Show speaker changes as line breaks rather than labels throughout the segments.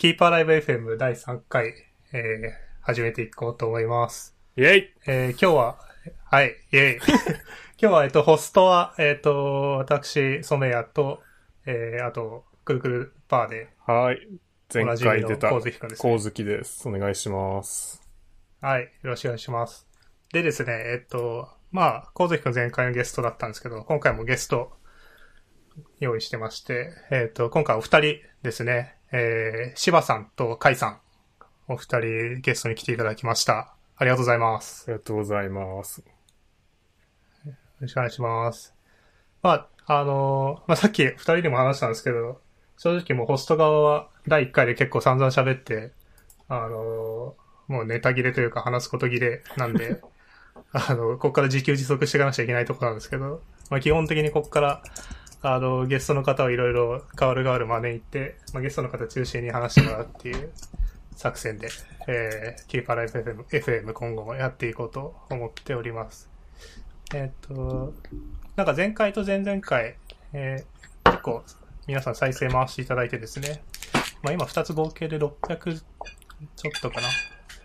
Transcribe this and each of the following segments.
キーパーライブ FM 第3回、えー、始めていこうと思います。
イェイ
えー、今日は、はい、イェイ。 今日は、えっと、ホストは、えっと、私、染谷と、えー、あと、くるくるバーで、
はーい。前回出た、
おなじみの光月くんですね
光月です。お願いします。
はい、よろしくお願いします。でですね、えっと、まあ、光月くん前回のゲストだったんですけど、今回もゲスト用意してまして、えっと、今回お二人ですね、えー、柴さんと甲斐さん、お二人ゲストに来ていただきました。ありがとうございます。
ありがとうございます。
よろしくお願いします。まあ、あのーまあ、さっき二人でも話したんですけど、正直もうホスト側は第一回で結構散々喋って、あのーもうネタ切れというか話すこと切れなんで、 あの、ここから自給自足していかなくちゃいけないところなんですけど、まあ、基本的にここから、あの、ゲストの方をいろいろ変わる変わる招いて、まあ、ゲストの方中心に話してもらうっていう作戦で、えー、キーパーライフ FM, FM 今後もやっていこうと思っております。えっ、と、なんか前回と前々回、えー結構皆さん再生回していただいてですね、まあ今2つ合計で600ちょっとかな、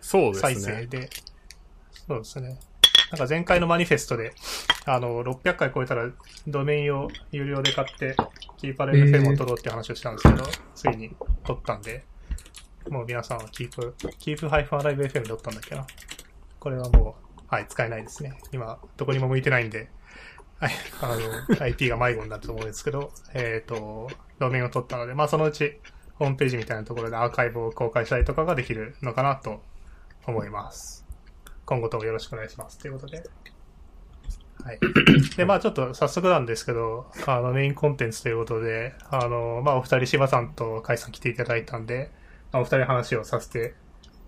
そうで
再
す
生
ね。
で、そうですね。なんか前回のマニフェストで、あの、600回超えたらドメインを有料で買って、キーパレル FM を取ろうっていう話をしたんですけど、ついに取ったんで、もう皆さんはキープ、キープハイフンライブ FM だったんだっけな。これはもう、はい、使えないですね。今、どこにも向いてないんで、はいあの、IP が迷子になると思うんですけど、えっ、と、ドメインを取ったので、まあそのうち、ホームページみたいなところでアーカイブを公開したりとかができるのかなと思います。今後ともよろしくお願いします。ということで。 はい。で、まあちょっと早速なんですけど、あの、メインコンテンツということで、あの、まあお二人、柴さんと甲斐さん来ていただいたんで、まあお二人話をさせて、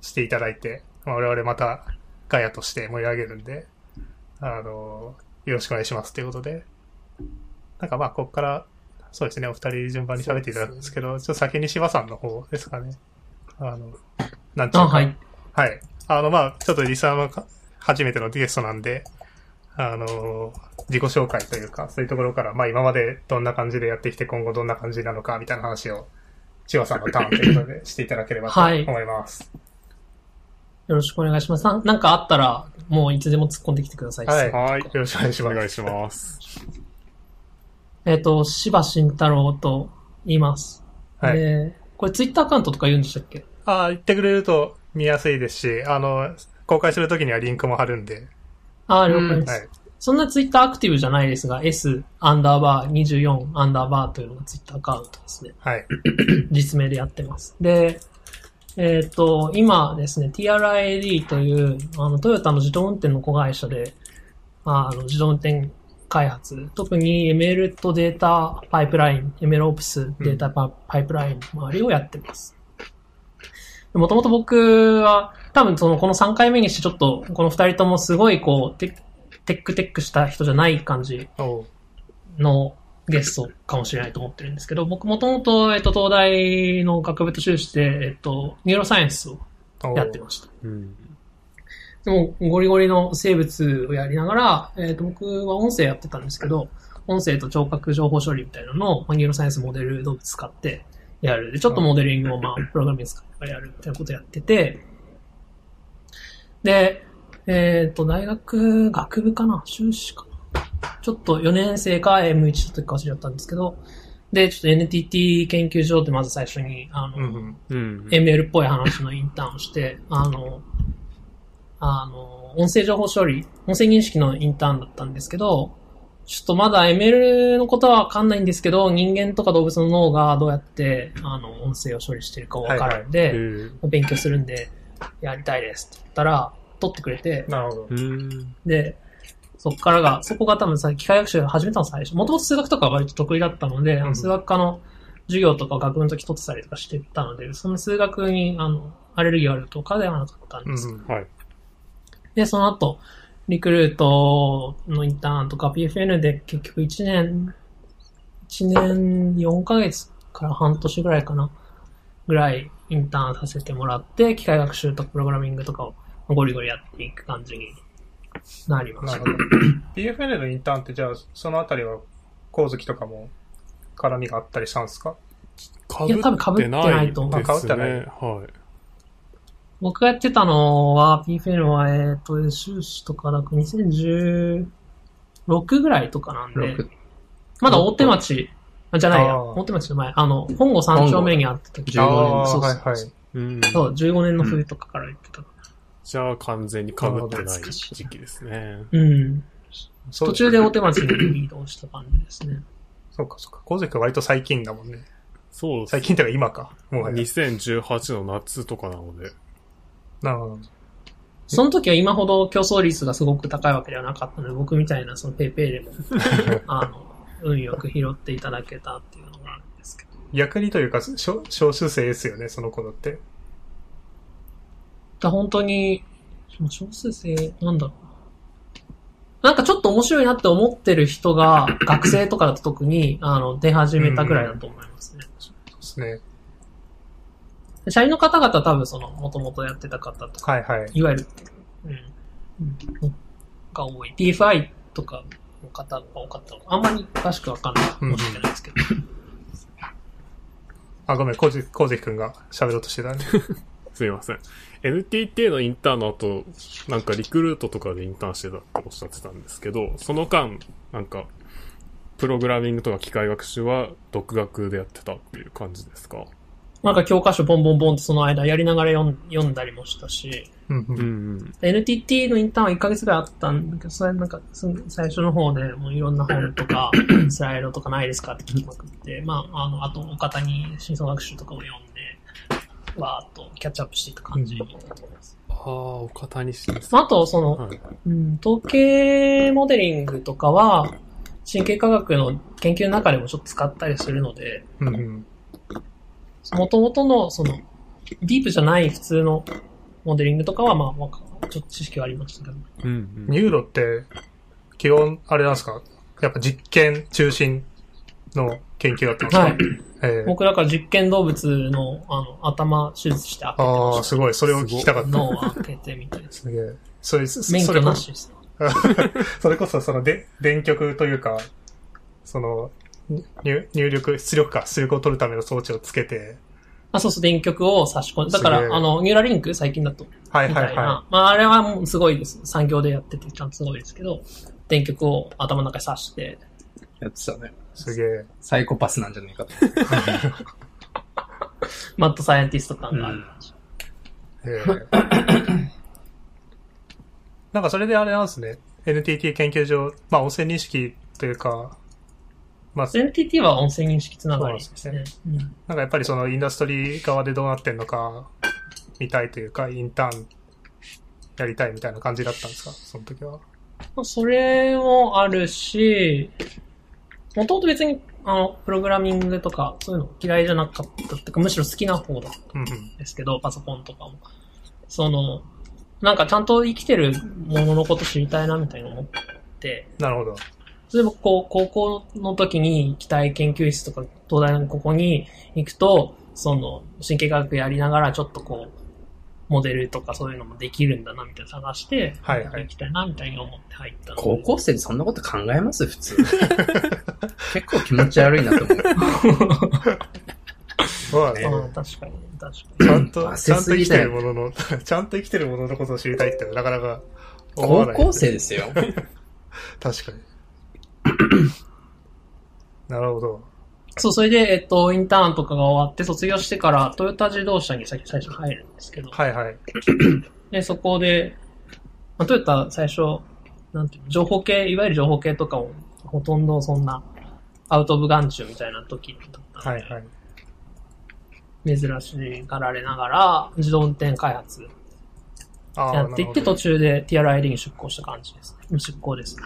していただいて、まあ我々またガヤとして盛り上げるんで、あの、よろしくお願いしますということで。なんかまあここから、そうですね、お二人順番に喋っていただくんですけど、ちょっと先に柴さんの方ですかね。あの、なんていう
あ、
か、
はい。
はい。あの、まあちょっとリサーの初めてのゲストなんで、あの、自己紹介というか、そういうところから、まあ今までどんな感じでやってきて、今後どんな感じなのか、みたいな話を、千葉さんのターンということでしていただければと思います。
よろしくお願いします。ななんかあったら、もういつでも突っ込んできてください。
はい
はい。
よろしくお願いし
お
ます。
願いします。
えっ、と、芝慎太郎と言います。
はい。
で、これツイッターアカウントとか言うんでしたっけ
ああ、言ってくれると見やすいですし、あの、公開するときにはリンクも貼るんで。
ああ、了解です、
はい。
そんなツイッターアクティブじゃないですが、S アンダーバー24アンダーバーというのがツイッターアカウントですね。
はい。
実名でやってます。で、えっ、と、今ですね、TRID という、あの、トヨタの自動運転の子会社で、ああの、自動運転開発、特に ML とデータパイプライン、MLOps データパパイプライン周りをやってます。もともと僕は、多分その、この3回目にしてちょっと、この2人ともすごいこう、テテックテックした人じゃない感じ
おう
のゲストかもしれないと思ってるんですけど、僕もともと、えっと、東大の学部と修士で、えっと、ニューロサイエンスを
おう
やってました。
うん。
でも、ゴリゴリの生物をやりながら、えっと、僕は音声やってたんですけど、音声と聴覚情報処理みたいなのを、まあニューロサイエンスモデル動物使ってやる。で、ちょっとモデリングを、まあ、プログラミング使ってやるみたいなことやってて、で、えっ、と、大学、学部かな修士かなちょっと4年生か M1 の時か忘れちゃったんですけど、で、ちょっと NTT 研究所でまず最初に、あの、
うんうん。
うん。
ML っぽい話のインターンをして、あの、あの、音声情報処理、音声認識のインターンだったんですけど、ちょっとまだ ML のことはわかんないんですけど、人間とか動物の脳がどうやって、あの、音声を処理してるかわからん
え
で、
ー
勉強するんで、やりたいですって言ったら、取ってくれて、
なるほど
う。ん。
で、そっからが、そこが多分さ、機械学習を始めたの最初。もともと数学とかは割と得意だったので、あの
うん
数学科の授業とか学部の時取ってたりとかしてたので、その数学に、あの、アレルギーがあるとかではなかったん
う
ですけど
んうん。
はい。
で、その後、リクルートのインターンとか PFN で結局1年、1年4ヶ月から半年ぐらいかな、ぐらいインターンさせてもらって、機械学習とかプログラミングとかをゴリゴリやっていく感じになりま
な
し
る
た
ほ。 ど。PFN のインターンってじゃあ、そのあたりは、光月とかも絡みがあったりしたんですか
か
いや多分被ってないと思
う
ですね。はい。
僕がやってたのは、PFN は、えっ、と、収支とかだと2016ぐらいとかなんで、
6、
まだ大手町、あじゃないや、
あー
大手町の前、あの、本郷三丁目にあった時
15年
ああ、
そう
は
そ
いう
そう
はい。
うん。
そう、15年の冬とかから行ってた。
じゃあ完全に被ってない
懐かしい
時期ですね。
うん。
そう
途中で大手町に移動した感じですね。
そうか、そうか。コゼク割と最近だもんね。
そうです
最近ってか今か。もう
2018の夏とかなので。
なるほど。
その時は今ほど競争率がすごく高いわけではなかったので、僕みたいなそのペイペ イでも、あの、運よく拾っていただけたっていうのがあるんですけ
逆にというか、少少数生ですよね、その頃って。
ど。本当に、まあ小数生、なんだろうな。なんかちょっと面白いなって思ってる人が、学生とかだと特に、あの、出始めたぐらいだと思いますね。
そうですね。
で社員の方々は多分その、もともとやってた方とか、
はいはい。
いわゆる、うん、が多い。DFI とかの方が多かったのかあんまり詳しくわかんない。申し訳ないですけど。
あ、ごめん、コゼコゼク君が喋ろうとしてた ね。
すいません。NTT のインターンの後、なんかリクルートとかでインターンしてたっておっしゃってたんですけど、その間、なんか、プログラミングとか機械学習は独学でやってたっていう感じですか
なんか教科書ボンボンボンってその間やりながら読ん読んだりもしたし、
うんう
うん
ん。
うん。
NTT のインターンは1ヶ月ぐらいあったんだけど、それなんかす最初の方でもういろんな本と か、スライドとかないですかって聞きまくって、まあ、あの、あとお方に真相学習とかも読んで、わーっとキャッチアップしていった感じだと思います。
ああ、お方にしてます。
まあ、あと、その、
はい。
うん、統計モデリングとかは、神経科学の研究の中でもちょっと使ったりするので、
うんうん。
もともとの、その、ディープじゃない普通のモデリングとかは、まあ、まあ、ちょっと知識はありましたけど。
うん、うん。
ニューロって、基本、あれなんですかやっぱ実験中心の研究だったんですか、
はい。
ええ
僕だから実験動物の、あの、頭手術して開けてま
ああ、
し
すごい。それを聞きたか
た。
った。
脳を開けてみたいな。
すげえ。 それ、そ
免
そ
許
れこ
な
そ、
しです。
それこそ、その、で、電極というか、その、入入力、出力か、出力を取るための装置をつけて、
あ、そうそう、電極を差し込んで。だか
すげえ
ら、あの、ニューラリンク最近だと。
はい
みた
はいい
な。
は
まあ、あれはもうすごいです。産業でやってて、ちゃんとすごいですけど、電極を頭の中に刺して、
やってたね。
い。すげえ。
サイコパスなんじゃないかと。
マッドサイエンティスト感がある感じ。
ええ なんかそれであれなんですね。NTT 研究所、まあ音声認識というか、まあ、
NTT は音声認識つながりですね。うん
なんかやっぱりそのインダストリー側でどうなってんのか、見たいというか、インターンやりたいみたいな感じだったんですかその時は。
まあそれもあるし、もともと別に、あの、プログラミングとか、そういうの嫌いじゃなかったっていうか、むしろ好きな方だった
うんうん。
んですけど、パソコンとかも。その、なんかちゃんと生きてるもののこと知りたいなみたいな思って、
なるほど。
例えばこう、高校の時に機体研究室とか、東大のここに行くと、その、神経科学やりながらちょっとこう、モデルとかそういうのもできるんだな、みたいな探して、
はいはい
なんか行きたいな、みたいに思って入ったので
高校生でそんなこと考えます普通。結構気持ち悪いなと思う。
そうだね。
うん確かに、確かに。
ちゃんと、ち
焦
ゃんと
す
生
ぎ
きて
だ
る
よ
ものの、 ちゃんと生きてるもののことを知りたいってなかなか思わ
高
ない。
校生ですよ。
確かに。 なるほど。
そう、それで、えっと、インターンとかが終わって、卒業してから、トヨタ自動車に最最初入るんですけど、
はいはい。
で、そこで、まあ、トヨタ最初、なんていうの、情報系、いわゆる情報系とかを、ほとんどそんな、アウト・オブ・眼中みたいな時だった
は
ん
い
で、
はい。
珍しがられながら、自動運転開発
あー
やっていって、
なるほ
途
ど
中で TRID に出向した感じですね。出向ですね。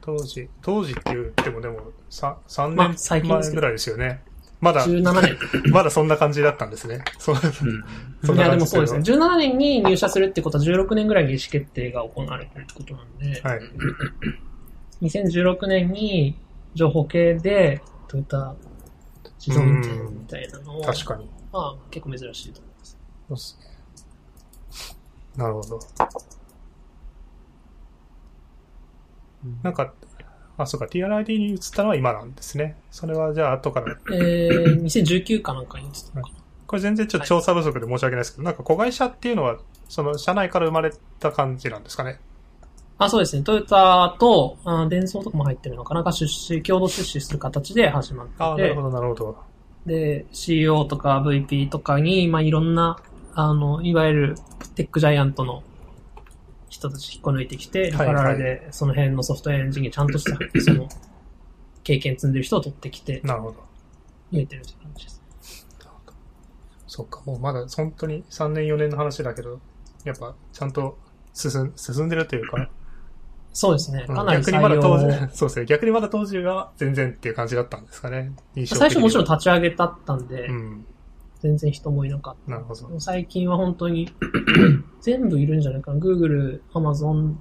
当時、当時って言ってもでも、さ3
まあ最
年
近です
前
け
ぐ
ど
らいですよね。まだ、
17年。
まだそんな感じだったんですね。そう
うん
そん
い
な
や、で
感
も
じ
そうですね。17年に入社するってことは16年ぐらいに意思決定が行われてるってことなんで、
はい。
2016年に情報系でトヨタ自動運転みたいなのを、
確かに。
まあ結構珍しいと思います。
そうっすね。なるほど。なんか、あ、そうか、TRID に移ったのは今なんですね。それはじゃあ後から。
えー、2019かなんかに移ったのかな。
これ全然ちょっと調査不足で申し訳ないですけど、なんか子会社っていうのは、その社内から生まれた感じなんですかね。
あ、そうですね。トヨタと、あ電装とかも入ってるのかなが出資、共同出資する形で始まってて。
ああ、なるほど、なるほど。
で、CEO とか VP とかに、まあ、いろんな、あの、いわゆるテックジャイアントの人たち引っこ抜いてきて、
はい
リファラルでその辺のソフトウェアエンジニアちゃん とした、その、経験積んでる人を取ってきて、
なるほど。
入れてるって感じです。
そうか、もうまだ本当に3年4年の話だけど、やっぱちゃんと進ん進んでるというか、
そうですね。かなり
逆
採
にまだ
用
当
を
時、 そうですね、逆にまだ当時は全然っていう感じだったんですかね。印象的に
最初もちろん
た
立ち上げたったんで、
うん、
全然人もいなかった。
なるほど。
最近は本当に 全部いるんじゃないかな。Google、Amazon、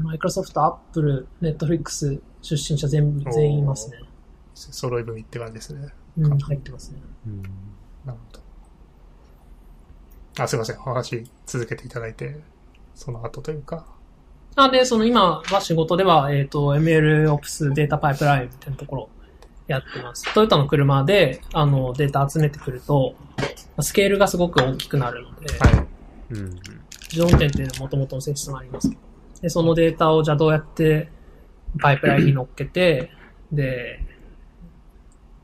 Microsoft、Apple、Netflix 出身者全部、全員いますね。
揃い踏みって感じですね。
うん、入ってますね。
うん
なるほど。あ、すいません。お話続けていただいて、その後というか。
なんで、その今は仕事では、えっ、と、MLOps データパイプラインみたいなところをやってます。トヨタの車で、あの、データ集めてくると、スケールがすごく大きくなるので、
はい。
うん。
自動運転っていうのはもともとの性質もありますけど。で、そのデータをじゃあどうやってパイプラインに乗っけて、で、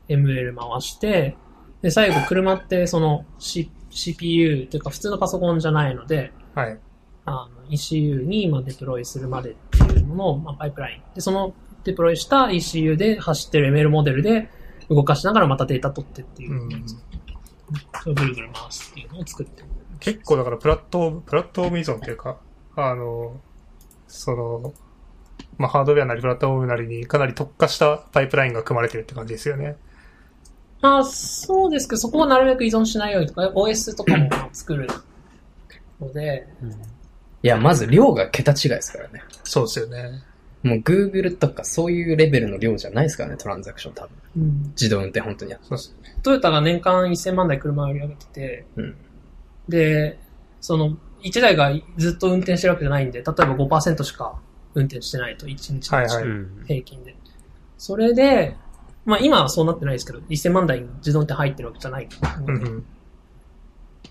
ML 回して、で、最後車ってその、C、CPU というか普通のパソコンじゃないので、
はい。
あの、ECU にまあデプロイするまでっていうものを、まあ、パイプライン。で、そのデプロイした ECU で走ってる ML モデルで動かしながらまたデータ取ってっていうう、
ん。
それをぐるぐる回すっていうのを作ってます
結構だからプラットフォーム、プラットフォーム依存というか、あの、その、まあ、ハードウェアなりプラットフォームなりにかなり特化したパイプラインが組まれてるって感じですよね。
まあ、そうですけど、そこはなるべく依存しないようにとか、OS とかも作るので、
いや、まず量が桁違いですからね。
そうですよね。
もう Google とかそういうレベルの量じゃないですからね、トランザクション多分。自動運転本当にやって
そうですね。
トヨタが年間1000万台車を売り上げてて、
うん
で、その、1台がずっと運転してるわけじゃないんで、例えば5%しか運転してないと、1日のうち
はい
うん。
平均で。それで、まあ今はそうなってないですけど、1000万台自動運転入ってるわけじゃないの
う
で
んうん。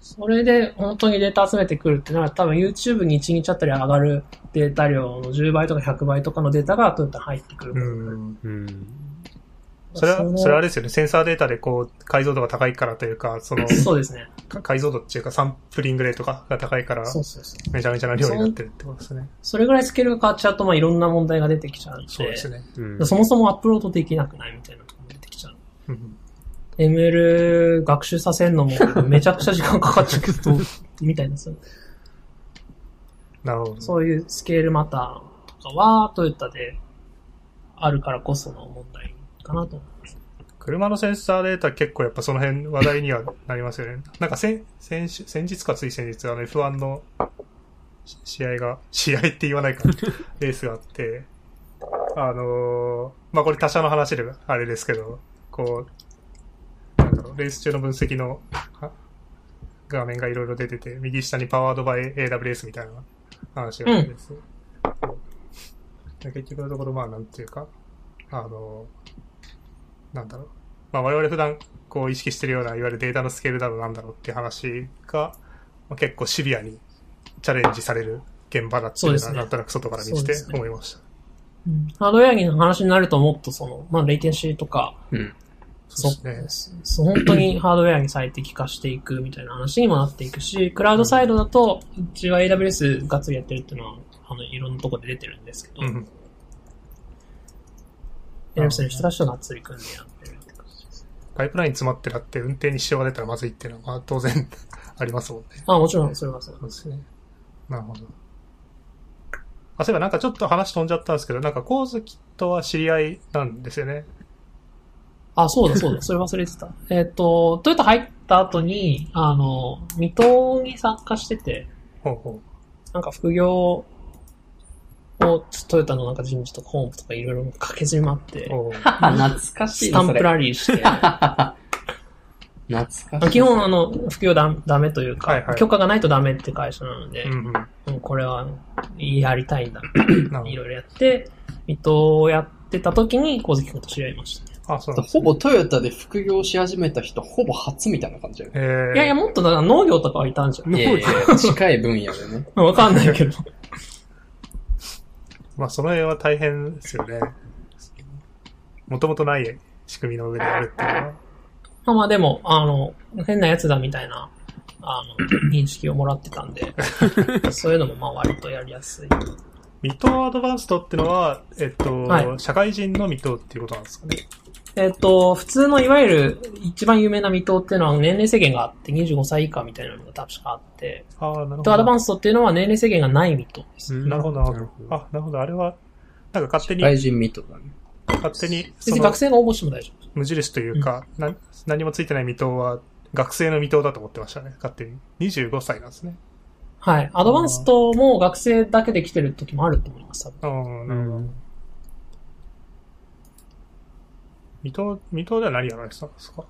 それで本当にデータ集めてくるってのは多分 YouTube に1日あたり上がるデータ量の10倍とか100倍とかのデータがトヨタに入ってくる。
うん。
うん。
それは、
の
それはあれですよね。センサーデータでこう、解像度が高いからというか、その、
そうですね。
か解像度っていうかサンプリングレートが高いから、
そうそうそう。
めちゃめちゃな量になってるってことですね。
それぐらいスケールが変わっちゃうと、まあいろんな問題が出てきちゃうんで。
そうですね。
うん
そもそもアップロードできなくないみたいなところも出てきちゃう。
うんうん。
ML 学習させんのもめちゃくちゃ時間かかっちゃうと、みたいなそう
なるほど。
そういうスケールマターとかはトヨタであるからこその問題かなと思います。
車のセンサーデータ結構やっぱその辺話題にはなりますよね。なんか先、先週、先日かつい先日、あの F1 のし試合が、 試合って言わないか、レースがあって、あのーまあ、これ他社の話であれですけど、こう、なんだろう、レース中の分析のは画面がいろいろ出てて、右下にパワードバイ AWS みたいな話があるんです。で結局のところ、まあ、なんていうか、あのーなんだろう。まあ、我々普段こう意識してるような、いわゆるデータのスケールだろうなんだろうっていう話が、まあ、結構シビアにチャレンジされる現場だっていう
そう
の
で
は、
すね
なんとなく外から見
そう
て
ですね
思いました。
ハードウェアの話になるともっとその、まあ、レイテンシーとか、
る。うん。
そうで
そうそう本当にハードウェアに最適化していくみたいな話にもなっていくし、クラウドサイドだと、うちは AWS がっつりやってるっていうのは、あの、いろんなとこで出てるんですけど、
うん
AWS の人たちとがっつり組んでやってるって感じです。
パイプライン詰まってなって運転に支障が出たらまずいっていうのは、まあ当然 ありますもんね。
あ、もちろんそれはそう
そうですね。なるほど。あ、そういえばなんかちょっと話飛んじゃったんですけど、なんか光月とは知り合いなんですよね。
あ、そうだそうだ、それ忘れてた。えっ、と、トヨタ入った後に、あの、水戸に参加してて、
ほうほ
なんか副業を、トヨタのなんか人事とかホームとかいろいろ駆けずり回って
う。、ほう
懐か
ス
しい
タ
な、
ン
そ
プ
れ。
ラリ ーして、
懐かしい。
基本あの、副業だダメというか、
はいはい
許可がないとダメっていう会社なので、
うんうん。なる
もうこれはやりたいんだ。
ほど
いろいろやって、水戸をやっってた時に、小関君と知り合いました。
あ、そうなんです
ほぼトヨタで副業し始めた人、ほぼ初みたいな感じだよね。
えー、
いやいや、もっとだから農業とかはいたんじゃん。
いやいや
いやいや近い分野でね。
わかんな いけど。
まあ、その辺は大変ですよね。もともとない仕組みの上でやるっていうのは。
まあまあでも、あの、変なやつだみたいな、あの、認識をもらってたん で、そういうのもまあ割とやりやすい。
ミトアドバンストってのは、えっと、
は
社会人のミトっていうことなんですかね。
えっ、と、普通のいわゆる一番有名な未踏っていうのは年齢制限があって25歳以下みたいなのが確かあって、
ああ、なるほ
ミト
ど。
アドバンストっていうのは年齢制限がない未踏です。
なるほど、な
な
る
る
ほ
ほ
ど。
ど
あ、なるほど。あれは、なんか勝手
外
に、
人ミートだね。
勝手に、
別
そ
に
の
学、生の応募しても大丈夫。
無印というか、な何もついてない未踏は、学生の未踏だと思ってましたね。勝手に。25歳なんですね。
はい。アドバンストも学生だけで来てる時もあると思います。多分
ああ、なるほ
う
ど
ん。
未踏、未踏では何やられてたんですか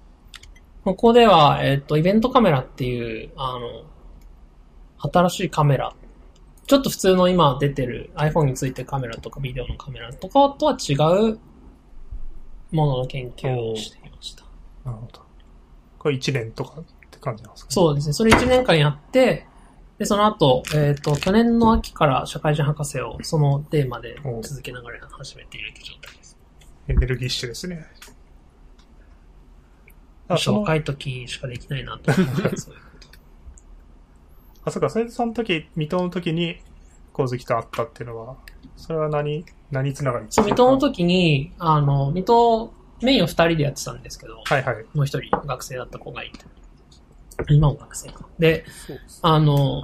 ここでは、えっ、と、イベントカメラっていう、あの、新しいカメラ。ちょっと普通の今出てる iPhone についてるカメラとかビデオのカメラとかとは違うものの研究をしていました。
なるほど。これ1年とかって感じなんですかね。
そうですね。それ1年間やって、で、その後、えっ、と、去年の秋から社会人博士をそのテーマで続けながら始めているという状態です。
エネルギッシュですね。あ、そ
紹
の、
介時しかできないなと思って ます。そういうこと
あ、そうか、それでその時、水戸の時に、光月と会ったっていうのは、それは何、何つながり
そう、水戸の時に、あの、水戸、メインを2人でやってたんですけど、
はいはい。
もう一人学生だった子がいて。今も学生か。で、
そうです
あの、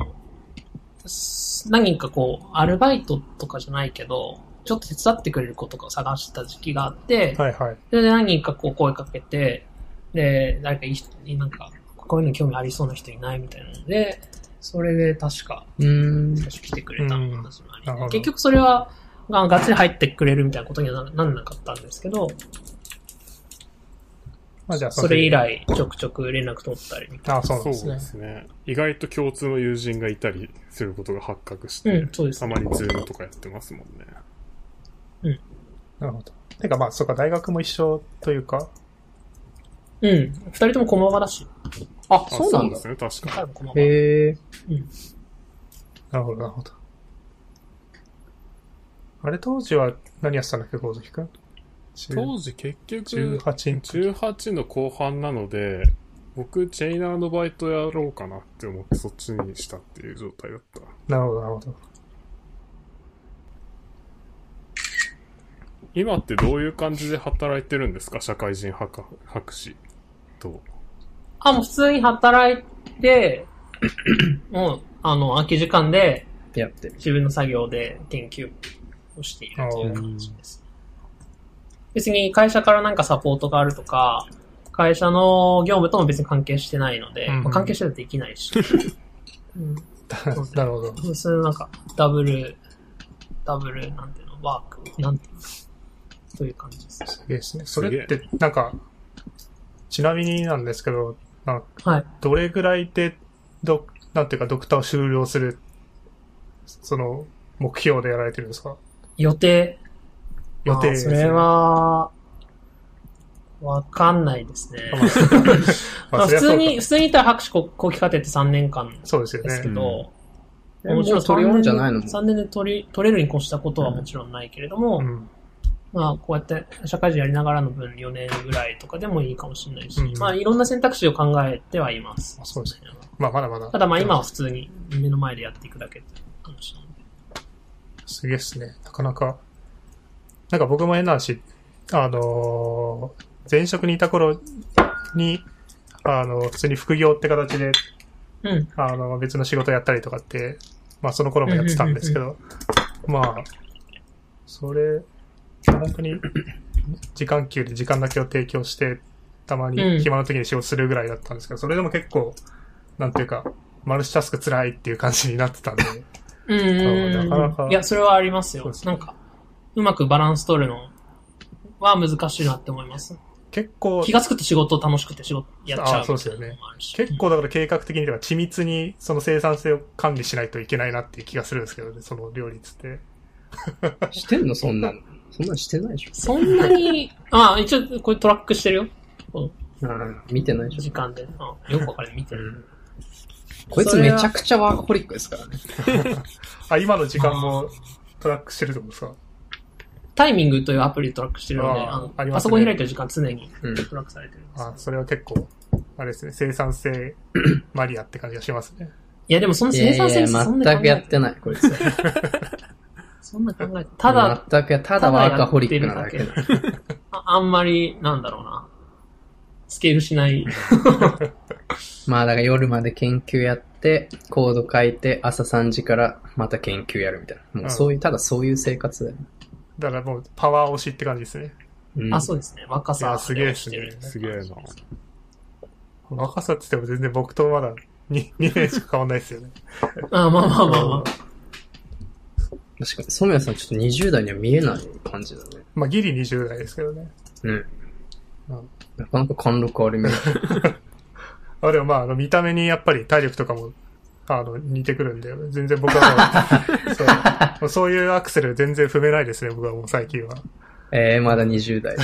す何人かこう、アルバイトとかじゃないけど、ちょっと手伝ってくれる子とかを探してた時期があって、
はいはい。
それで何人かこう声かけて、で、誰かいい人、なんか、こういうの興味ありそうな人いないみたいなので、それで確か、
うーん。
最初来てくれた話もあり
うんなるほど
結局それは、ががっつり入ってくれるみたいなことにはななんなかったんですけど、
まあじゃあ
それ以。来、ちょくちょく連絡取ったりみたい
の時あ、そうなん
そ
で
う
すね
で。すね。意外と共通の友人がいたりすることが発覚し
な。う
て
ん、、そうです
た
ね。
まにズームとかやってますもんね。
なるほど。てかまあ、そうか、大学も一緒というか、
うん。二人とも駒場だし。
あ、
あ
そうなん
で
だ。
すね、確
彼
か
も駒場。
へえ。
なるほど、なるほど。あれ当時は何やってたんだっけ、光月くん
当時結局、
18日。
18の後半なので、僕、チェイナーのバイトやろうかなって思って、そっちにしたっていう状態だった。
なるほど、なるほど。
今ってどういう感じで働いてるんですか社会人博博士と。
あ、もう普通に働いて、もう、あの、空き時間で
やってる。
自分の作業で研究をしているという感じです。別に会社からなんかサポートがあるとか、会社の業務とも別に関係してないので、
うんうん
まあ関係してたらできな いし。うん、
なるほど。
普通のなんか、ダブル、ダブル、なんていうの、ワーク、なんていうの、そういう感じです。
すげえですね。そ
すげえ
れって、なんか、ちなみになんですけど、なんか
はい。
どれぐらいで、ど、なんていうか、ドクターを終了する、その、目標でやられてるんですか
予定
予定
あー
です
そ
ね
れ、は、わかんないですね。
まあ
ま
そりゃそうか
あ、普通に、普通に言ったら博士後後期課程って3年間
そうですよ
ですけ
ね。
ど、
うんもう取り終わんじゃないの
?3 年で取り、取れるに越したことはもちろんないけれども、
うん。
まあ、こうやって社会人やりながらの分4年ぐらいとかでもいいかもしれないし、
うん
まあ、いろんな選択肢を考えてはいます
あ。そうですまあ、まだまだ。
ただまあ、今は普通に目の前でやっていくだけって話なので。
すげえっすね。なかなか。なんか僕も変な話、あのー前職にいた頃に、あの普通に副業って形で、
うん。
あの、別の仕事やったりとかって、まあその頃もやってたんですけど、まあ、それ、本当に、時間給で時間だけを提供して、たま
う
に
ん
暇な時に仕事するぐらいだったんですけど、それでも結構、なんていうか、マルチタスク辛いっていう感じになってたん で、
うんうん。
そううんなかなか
いや、それはありますよ。
そうですね
なんか、うまくバランス取るのは難しいなって思います。
結構
気、がつくと仕事楽しくて仕事やっちゃ
あ
う。
そうですよね。
結
結構だから計画的にとか緻密にその生産性を管理しないといけないなっていう気がするんですけどね、その両立って。
してんのそんなの。そんなんしてないでしょ。
そんなに、 ああ、一応、これトラックしてるよ。
うん、見てないでし
時
ょ。
間で。ああよくわかる、見てる。
こいつめちゃくちゃワーカホリックですからね。
あ、今の時間もトラックしてるってことですか
タイミングというアプリでトラックしてるので、
ああ
あの
あり
パ
ますね
ソコン開いてる時間常に
うん
トラックされてるんですよ
あ、それは結構、あれですね、生産性 マリアって感じがしますね。
いや、でもその
い
生
やい
産性
や、
にそんな
全
考
くやっ
え
てない、こいつ。
そんな考えただ、、
全くや、ただワーカホリックなだけだ。
ああんまり、なんだろうな。スケールしない。
まあだから夜まで研究やって、コード書いて、朝3時からまた研究やるみたいな。もうそういう、ただそういう生活だよね。
だからもうパワー推しって感じですね。
うん
あ、そうですね。若
い
さ
やすげえです
し
ね
てる。
すげえな。
若さって言っても全然僕とまだ 2, 2年しか変わんないですよね。
あまあまあまあま
確かに、染谷さんちょっと20代には見えない感じだね。
まあギリ20代ですけどね。
うん。
うん
なかなか貫禄ある ね。
あ、でもまあ、あの、見た目にやっぱり体力とかも、あの、似てくるんで、全然僕は もうそう、もうそういうアクセル全然踏めないですね、僕はもう最近は。
ええまだ20代で。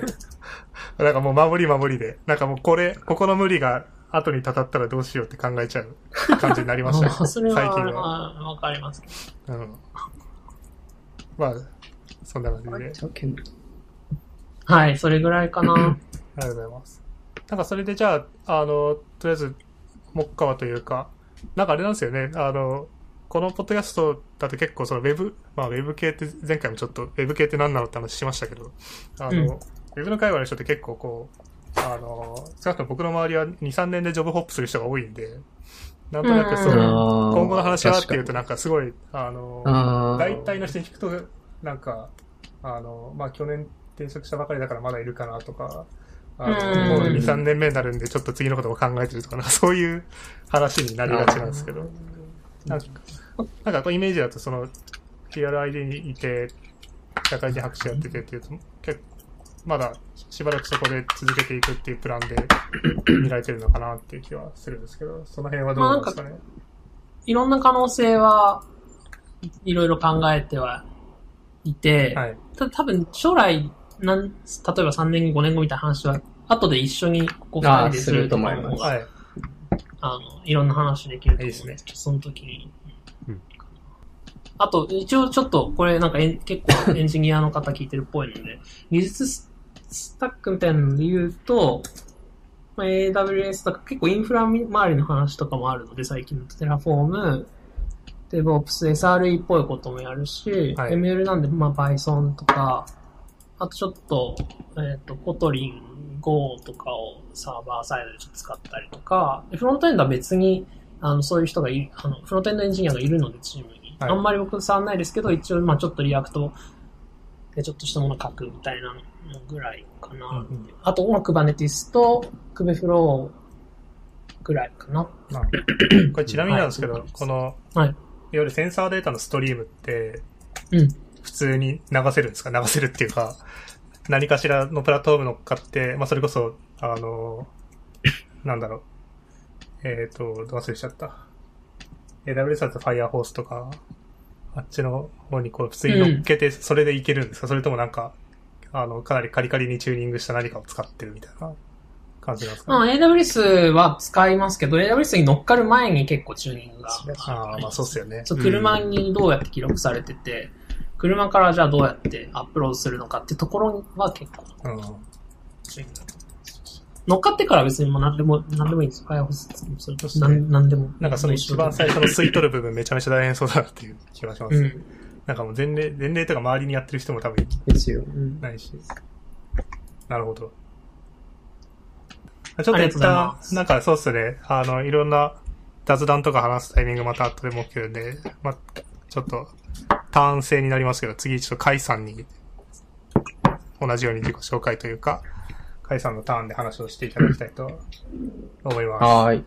なんかもう守り守りで、なんかもうこれ、ここの無理が後にたたったらどうしようって考えちゃう感じになりました、ね、
あ。それ
最近は。
は、あわかります。
うん。まあ、そんな感じで。あり
条件
はい、それぐらいかな。
がとうございます。なんかそれでじゃあ、あの、とりあえず、目下はというか、なんかあれなんですよね、あの、このポッドキャストだと結構そのウェブ、まあウェブ系って前回もちょっとウェブ系って何なのって話しましたけど、あの、
うん
ウェブの界隈の人って結構こう、あの、少なくとも僕の周りは2、3年でジョブホップする人が多いんで、なんとなくそう、
うん
今
今
後の話はっていうとなんかすごい、あの、
あー
大体の人に聞くと、なんか、あの、まあ、去年転職したばかりだからまだいるかなとか、あ
うん
の、もう2、3年目になるんでちょっと次のことを考えてるとか、なん かそういう話になりがちなんですけど、なんか、なんかこうイメージだとその、TRID にいて、社会人拍手やっててっていうと、結構、まだしばらくそこで続けていくっていうプラ ンで見られてるのかなっていう気はするんですけど、その辺はどうなんですかね。
いろんな可能性は、いろいろ考えてはいて、
はい。
た多分将来なん、例えば3年後、5年後みたいな話は、後で一緒にここ2
あ
人
ー
でするとか
すると思い
も
ま、
はい。
あの、いろんな話できると思うん
いいです
その時に。
うん
あと、一応ちょっと、これなんかエン結構エンジニアの方聞いてるっぽいので、技術ススタックみたいなので言うと、まあ AWS とか結構インフラ周りの話とかもあるので、最近のテラフォーム、DevOps、SRE っぽいこともやるし、
はい
ML なんで、まあ Python とか、あとちょっと、えっ、と、コトリン Go とかをサーバーサイドでちょっと使ったりとか、でフロントエンドは別に、あの、そういう人がいる、あの、フロントエンドエンジニアがいるので、チームに。
はい
あんまり僕触んないですけど、一応、まあちょっとリアクトでちょっとしたもの書くみたいなのぐらいかな。
うんうん
あと、まあ Kubernetes と Kubeflow ぐらいかな。
まあこれちなみになんですけど、
はい
この、
はい
わゆるセンサーデータのストリームって、
うん
普通に流せるんですか流せるっていうか、何かしらのプラットフォーム乗っかって、まあ、それこそ、あの、なんだろう。えっ、と、忘れしちゃった。AWS だと Firehose とか、あっちの方にこう普通に乗っけて、それでいけるんですか、それともなんか、あの、かなりカリカリにチューニングした何かを使ってるみたいな感じなんですか、
まあ、AWS は使いますけど、AWS に乗っかる前に結構チューニングが。
ああ、まあそうっすよね。
そう車にどうやって記録されてて、車からじゃあどうやってアップロードするのかってところは結構
うん。
チューニングだと思います乗っかってから別にもう何でも、何でもいいんです。開放すると、なん何でも。
なんかその一番最初の吸い取る部分めちゃめちゃ大変そうだなっていう気がします。
うん。
なんかもう前例、前例とか周りにやってる人も多分
ですよ。
ないし。なるほど。ちょっ
あ
と
りがとう
一
ござい
旦
ま、す
なんかそうっすね、あの、いろんな雑談とか話すタイミングまた後で持ってるんで、ま、ちょっと、ターン制になりますけど、次ちょっとカイさんに、同じように自己紹介というか、カイさんのターンで話をしていただきたいと思います。
はーい。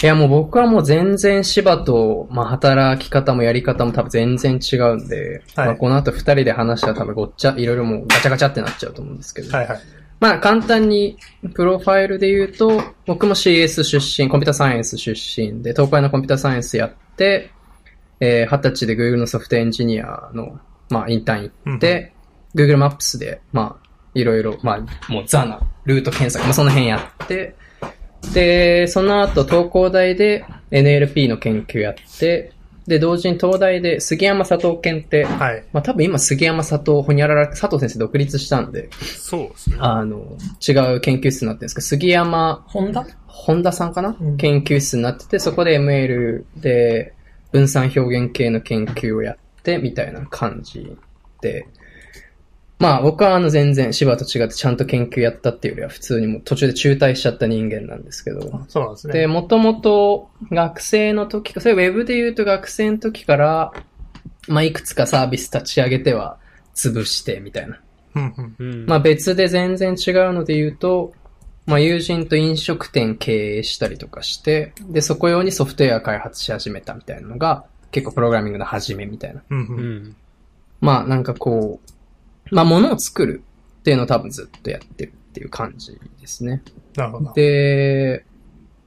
いやもう僕はもう全然芝と、まあ働き方もやり方も多分全然違うんで、
はい
まあこの後二人で話したら多分ごっちゃ、いろいろもうガチャガチャってなっちゃうと思うんですけど、
はいはい。
まあ簡単にプロファイルで言うと、僕も CS 出身、コンピュータサイエンス出身で、東海のコンピュータサイエンスやって、えー、20歳で Google のソフトエンジニアの、まあインターン行って、 Google マップスで、まあ、いろいろ、まあ、もうザなルート検索、まあ、その辺やって、で、その後、東工大で NLP の研究やって、で、同時に東大で杉山佐藤研って、
はい。
まあ、多分今杉山佐藤、ほにゃらら、佐藤先生独立したんで、
そうですね。
あの、違う研究室になってるんですけど、杉山
ホンダ
本田さんかな、
うん
研究室になってて、そこで ML で分散表現系の研究をやって、みたいな感じで。まあ僕はあの全然芝と違ってちゃんと研究やったっていうよりは普通にもう途中で中退しちゃった人間なんですけど。
そうなんですね。
で、もともと学生の時か、それウェブで言うと学生の時から、まあいくつかサービス立ち上げては潰してみたいな。
うんうん。
うん。
まあ別で全然違うので言うと、まあ友人と飲食店経営したりとかして、で、そこ用にソフトウェア開発し始めたみたいなのが、結構プログラミングの始めみたいな。
うんう
う
ん。
ん。
まあなんかこう、まあ物を作るっていうのを多分ずっとやってるっていう感じですね。
なるほど。
で、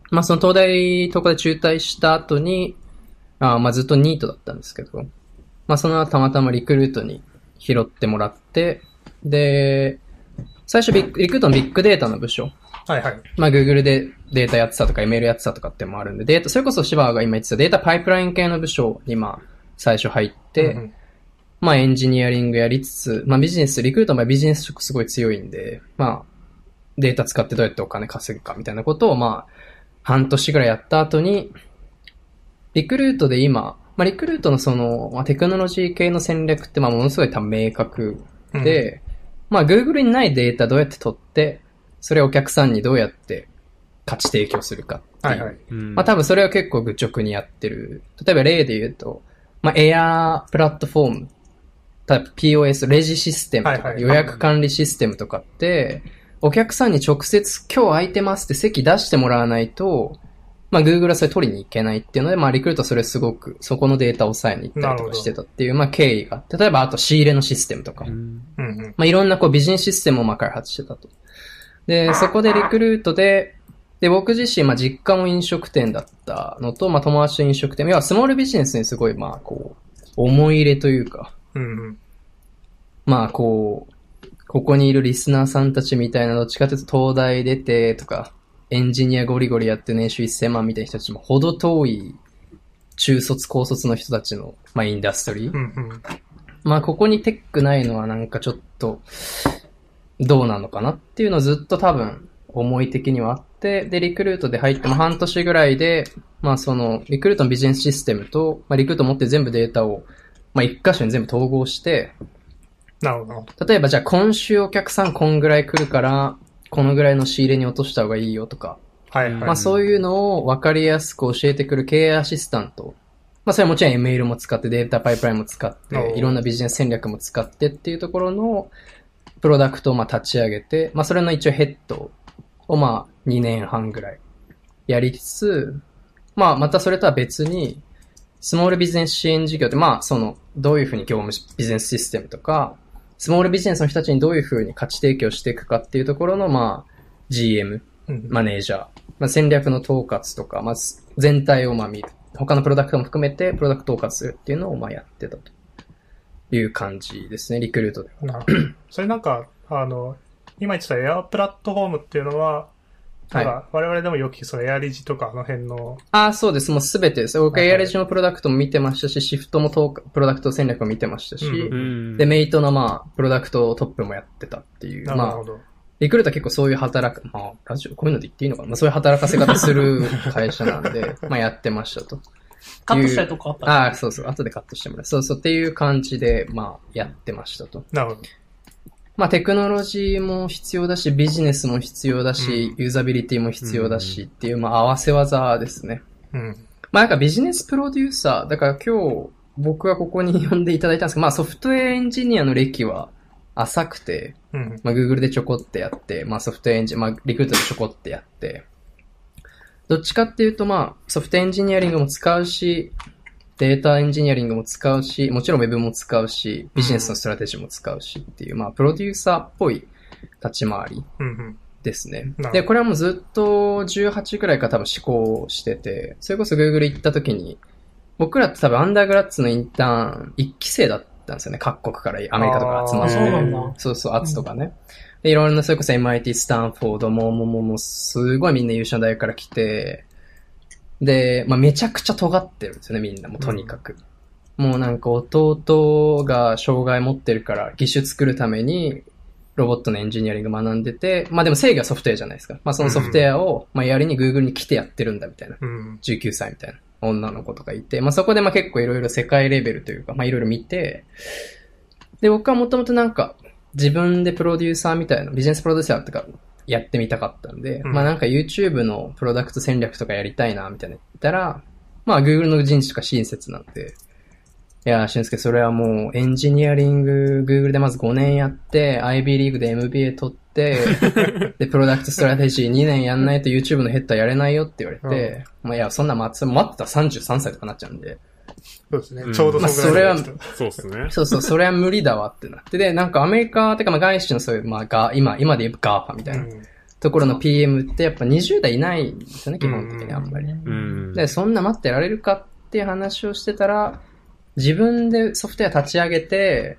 まあその東大とかで中退した後に、あまあずっとニートだったんですけど、まあその後たまたまリクルートに拾ってもらって、で、最初ビッグリクルートのビッグデータの部署、
はいはい。
まあ Google でデータやってたとか ML やってたとかってのもあるんで、データ、それこそ芝が今言ってたデータパイプライン系の部署にまあ最初入って、
うんうん
まあエンジニアリングやりつつ、まあビジネス、リクルートもビジネス色すごい強いんで、まあデータ使ってどうやってお金稼ぐかみたいなことをまあ半年ぐらいやった後に、リクルートで今、まあリクルートのその、まあ、テクノロジー系の戦略ってまあものすごい多分明確
うん、
で、まあ Google にないデータどうやって取って、それをお客さんにどうやって価値提供するかってい
は
う。
いはい。
うん。
まあ多分それは結構愚直にやってる。例えば例で言うと、まあエアープラットフォーム、例えば POS、レジシステムとか、
はいはい
予約管理システムとかって、お客さんに直接今日空いてますって席出してもらわないと、まあ Google はそれ取りに行けないっていうので、まあリクルートはそれすごく、そこのデータを抑えに行ったりとかしてたっていう、まあ経緯があって、例えばあと仕入れのシステムとか。
うん
うんうん。
まあ、いろんなこうビジネスシステムをまあ開発してたと。で、そこでリクルートで、で、僕自身、まあ、実家も飲食店だったのと、まあ、友達と飲食店、要はスモールビジネスにすごい、まあ、こう、思い入れというか、
うんうん。
まあ、こう、ここにいるリスナーさんたちみたいな、どっちかというと、東大出てとか、エンジニアゴリゴリやって年収1000万みたいな人たちも、ほど遠い、中卒、高卒の人たちの、まあ、インダストリー。
うんうん。
まあ、ここにテックないのはなんかちょっと、どうなのかなっていうのをずっと多分、思い的にはあって、で、リクルートで入っても半年ぐらいで、まあ、その、リクルートのビジネスシステムと、まあ、リクルート持ってる全部データを、まあ、一箇所に全部統合して、
なるほどなるほど。
例えばじゃあ今週お客さんこんぐらい来るから、このぐらいの仕入れに落とした方がいいよとか、
はいはい。
まあそういうのを分かりやすく教えてくる経営アシスタント。まあそれはもちろん ML も使って、データパイプラインも使っ
お
て、
ー
いろんなビジネス戦略も使ってっていうところのプロダクトをまあ立ち上げて、まあそれの一応ヘッドをまあ2年半ぐらいやりつつ、まあまたそれとは別に、スモールビジネス支援事業ってまあそのどういうふうに業務しビジネスシステムとか、スモールビジネスの人たちにどういうふうに価値提供していくかっていうところのまあ GM
うん
マネージャー、まあ、戦略の統括とか、まあ、す全体をまあ見る。他のプロダクトも含めて、プロダクト統括するっていうのをまあやってたという感じですね、リクルートでは。
なるほど。それなんか、あの、今言ってたエアプラットフォームっていうのは、なん
は
か我々でもよくそのエアリジとかあの辺の、
ああ、そうです。もうすべてです。僕、
はいはい
ARG のプロダクトも見てましたし、シフトも統括プロダクト戦略も見てましたし、
うん
うん。
で、メイトのまあ、プロダクトトップもやってたっていう。
なる
まあ
ほ、ど。
リクルートは結構そういう働く、まあ、ラジオ、こういうので言っていいのかな、まあ、そういう働かせ方する会社なん で、まあやってましたと。
カットしたりとかあった
ああ、そうそう。後でカットしてもらう。そうそう。っていう感じで、まあ、やってましたと。
なるほど。
まあ、テクノロジーも必要だし、ビジネスも必要だし、ユーザビリティも必要だしっていう、まあ、合わせ技ですね。
うん。
まあ、なんかビジネスプロデューサー、だから今日、僕はここに呼んでいただいたんですけど、まあ、ソフトウェアエンジニアの歴は浅くて、
うん。
まあ、Google でちょこってやって、まあ、ソフトウェアエンジン、まあ、リクルートでちょこってやって、どっちかっていうと、まあ、ソフトエンジニアリングも使うし、データエンジニアリングも使うし、もちろんウェブも使うし、ビジネスのストラテジーも使うしっていう、まあ、プロデューサーっぽい立ち回り
うんうん。
ですね
なるほ。ど
で、これはもうずっと18くらいから多分試行してて、それこそ Google 行った時に、僕らって多分アンダーグラッツのインターン1期生だったんですよね。各国からアメリカとか集ま
あ
あ、
って
そうなんだ。
そうそう、アツとかね。で、いろんな、それこそ MIT、スタンフォードも、もうもうもう、すごいみんな優秀な大学から来て、で、まあ、めちゃくちゃ尖ってるんですよね、みんな、もうとにかく。もうなんか、弟が障害持ってるから、義手作るために、ロボットのエンジニアリング学んでて、まあでも正義はソフトウェアじゃないですか。まあそのソフトウェアを、まあやりに Google に来てやってるんだみたいな。
うん。
19歳みたいな女の子とかいて、まあ、そこでまあ結構いろいろ世界レベルというか、まあ、いろいろ見て、で、僕はもともとなんか、自分でプロデューサーみたいな、ビジネスプロデューサーとかやってみたかったんで、
うん
まあなんか YouTube のプロダクト戦略とかやりたいな、みたいな言ったら、まあ Google の人事とか親切なんで、いやー、俊介、それはもうエンジニアリング、Google でまず5年やって、IB リーグで MBA 取 って、で、プロダクトストラテジー2年やんないと YouTube のヘッダーやれないよって言われて、まあいや、そんな待つ、待ってたら33歳とかなっちゃうんで、
そうですね
うん。
ちょうどそ
まあ
れ
それ
そうですね。
そうそう、それは無理だわってなって、で、なんかアメリカ、てかまあ外資のそういう、まあが、今、今で言うガーファみたいなところの PM ってやっぱ20代いないんですよね、基本的にあんまり。
うん。
で、そんな待ってられるかっていう話をしてたら、自分でソフトウェア立ち上げて、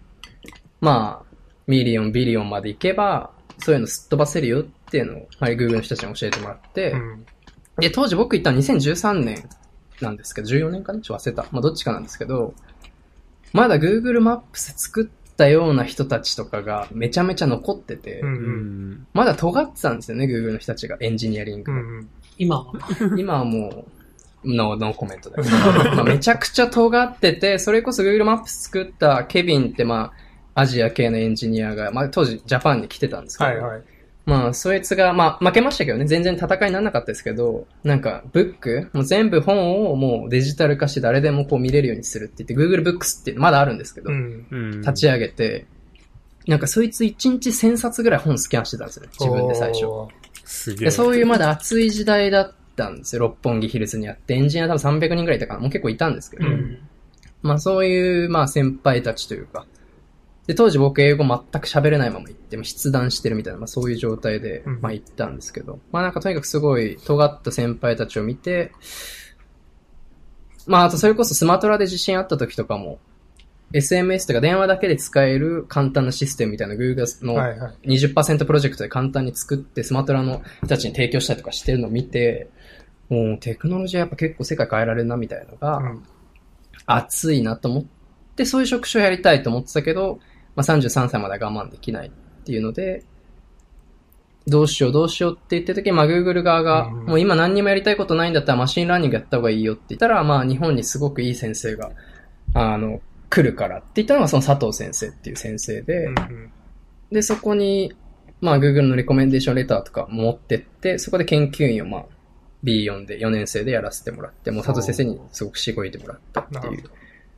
まあ、ミリオン、ビリオンまで行けば、そういうのすっ飛ばせるよっていうのを、はい、Google の人たちに教えてもらって、
うん。
で、当時僕行ったの2013年なんですけど、14年かなちょっと忘れた。まあ、どっちかなんですけど、まだ Google マップス作ったような人たちとかがめちゃめちゃ残ってて、
うん。う。
うんん。
まだ尖ってたんですよね、Google の人たちが、エンジニアリング
う
の。
ん。
今は。
今はもう、ノー、ノーコメントだけど、 まあ、めちゃくちゃ尖ってて、それこそ Google マップス作ったケビンってまあ、アジア系のエンジニアが、まあ当時ジャパンに来てたんですけど、
はいはい。
まあそいつが、まあ負けましたけどね、全然戦いにならなかったですけど、なんかブック、もう全部本をもうデジタル化して誰でもこう見れるようにするって言って、Google Books っていうのまだあるんですけど、
うん。
うん。
立ち上げて、なんかそいつ1日1000冊ぐらい本スキャンしてたんですよね、自分で最初。
おー
すげ
で
え。
そういうまだ暑い時代だったんですよ。六本木ヒルズにあって、エンジニア多分300人くらいいたかな。もう結構いたんですけど。
うん
まあそういう、まあ先輩たちというか。で、当時僕英語全く喋れないまま行って、まあ筆談してるみたいな、まあそういう状態で、
うん
まあ行ったんですけど。まあなんかとにかくすごい尖った先輩たちを見て、まああとそれこそスマトラで地震あった時とかも、SMS とか電話だけで使える簡単なシステムみたいな Google の
はいはい。
20%プロジェクトで簡単に作って、スマトラの人たちに提供したりとかしてるのを見て、もうテクノロジーはやっぱ結構世界変えられるなみたいなの
う
が、
ん
熱いなと思って、そういう職種をやりたいと思ってたけど、まあ、33歳までは我慢できないっていうので、どうしようどうしようって言ってる時に、まあ、Google 側が、
うん
もう今何にもやりたいことないんだったらマシンラーニングやった方がいいよって言ったら、まあ、日本にすごくいい先生が、あの、来るからって言ったのがその佐藤先生っていう先生で、
うん
で、そこに、まあ、Google のレコメンデーションレターとか持ってって、そこで研究員をまあ、B4 で、4年生でやらせてもらって、もう佐藤先生にすごくしごいてもらったっていう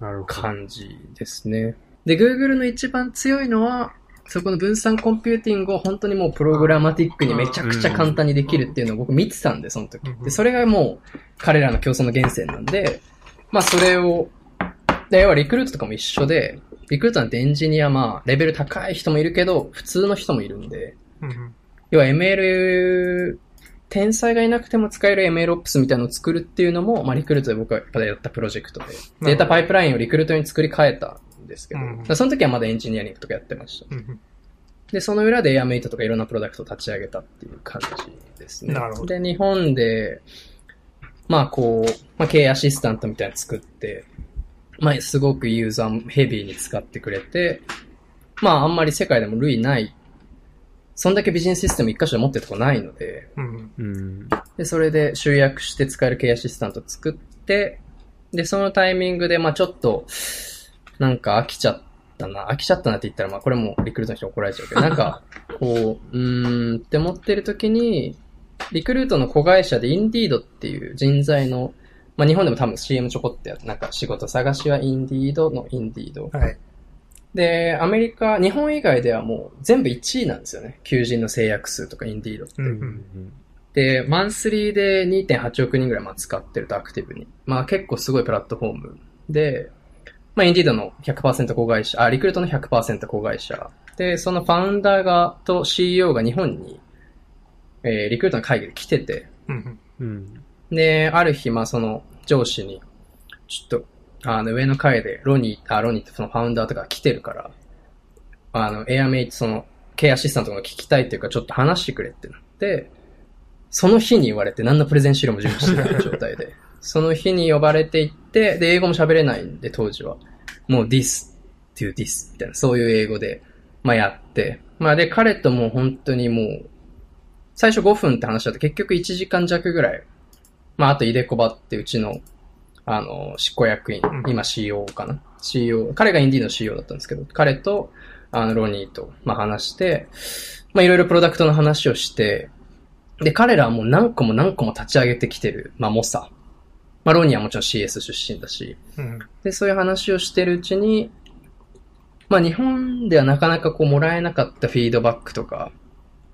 なるほど。
感じですね。で、Google の一番強いのは、そこの分散コンピューティングを本当にもうプログラマティックにめちゃくちゃ簡単にできるっていうのを僕見てたんで、その時。で、それがもう彼らの競争の源泉なんで、まあそれを、で、要はリクルートとかも一緒で、リクルートなんてエンジニアまあレベル高い人もいるけど、普通の人もいるんで、
うん。
要は ML、天才がいなくても使える MLOps みたいなのを作るっていうのも、まあ、リクルートで僕はやっぱやったプロジェクトで、
ど
データパイプラインをリクルートに作り変えたんですけど、
うん
だからその時はまだエンジニアリングとかやってました。
うん
で、その裏でエアメイトとかいろんなプロダクトを立ち上げたっていう感じですね。
なるほど
で、日本で、まあこう、まあ経営アシスタントみたいなの作って、まあすごくユーザーヘビーに使ってくれて、まああんまり世界でも類ない、そんだけビジネスシステム一箇所で持ってるとこないので、
うん。
うん。
で、それで集約して使える経営アシスタント作って、で、そのタイミングで、まあちょっと、なんか飽きちゃったな、飽きちゃったなって言ったら、まあこれもリクルートの人に怒られちゃうけど、な んか、こう、うーんって思ってる時に、リクルートの子会社でインディードっていう人材の、まあ日本でも多分 CM ちょこってやって、なんか仕事探しはインディードのインディード。
はい。
で、アメリカ、日本以外ではもう全部1位なんですよね。求人の制約数とかインディードって。
う。
うんん。
で、マンスリーで2.8億人ぐらいまあ使ってるとアクティブに。まあ結構すごいプラットフォームで、まあインディードの100%子会社、あ、リクルートの100%子会社。で、そのファウンダーが、と CEO が日本に、えーリクルートの会議で来てて、
うん。
うん。
で、ある日、まあその上司に、ちょっと、あの、上の階で、ロニー、あ、ロニーってそのファウンダーとか来てるから、あの、エアメイト、その、ケアアシスタントが聞きたいっていうか、ちょっと話してくれってなって、その日に言われて、何のプレゼン資料も準備してない状態で、 その日に呼ばれて行って、で、英語も喋れないんで、当時は。もう、this, to this, みたいな、そういう英語で、まあ、やって。まあ、で、彼ともう本当にもう、最初5分って話だと結局1時間弱ぐらい。まあ、あと、イデコバってうちの、あの、執行役員
ん、
今 CEO かな。CEO、彼がインディーの CEO だったんですけど、彼と、あの、ロニーと、まあ、話して、まあ、いろいろプロダクトの話をして、で、彼らはもう何個も何個も立ち上げてきてる、まあ、モサ。まあ、ロニーはもちろん CS 出身だし、
うん。
で、そういう話をしてるうちに、まあ日本ではなかなかこうもらえなかったフィードバックとか、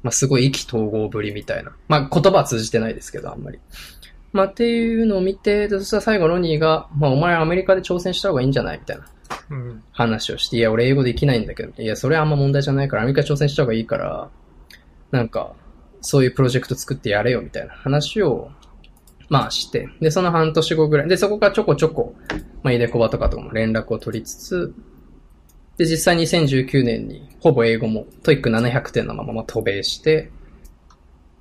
まあすごい意気投合ぶりみたいな。まあ言葉は通じてないですけど、あんまり。まあっていうのを見て、でそしたら最後ロニーが、まあお前アメリカで挑戦した方がいいんじゃないみたいな
うん。
話をして、いや俺英語できないんだけど、いやそれはあんま問題じゃないからアメリカ挑戦した方がいいから、なんかそういうプロジェクト作ってやれよみたいな話を、まあして、で、その半年後ぐらい、で、そこからちょこちょこ、まあ、イデコバとかとも連絡を取りつつ、で、実際2019年に、ほぼ英語も、トイック700点のまま渡米して、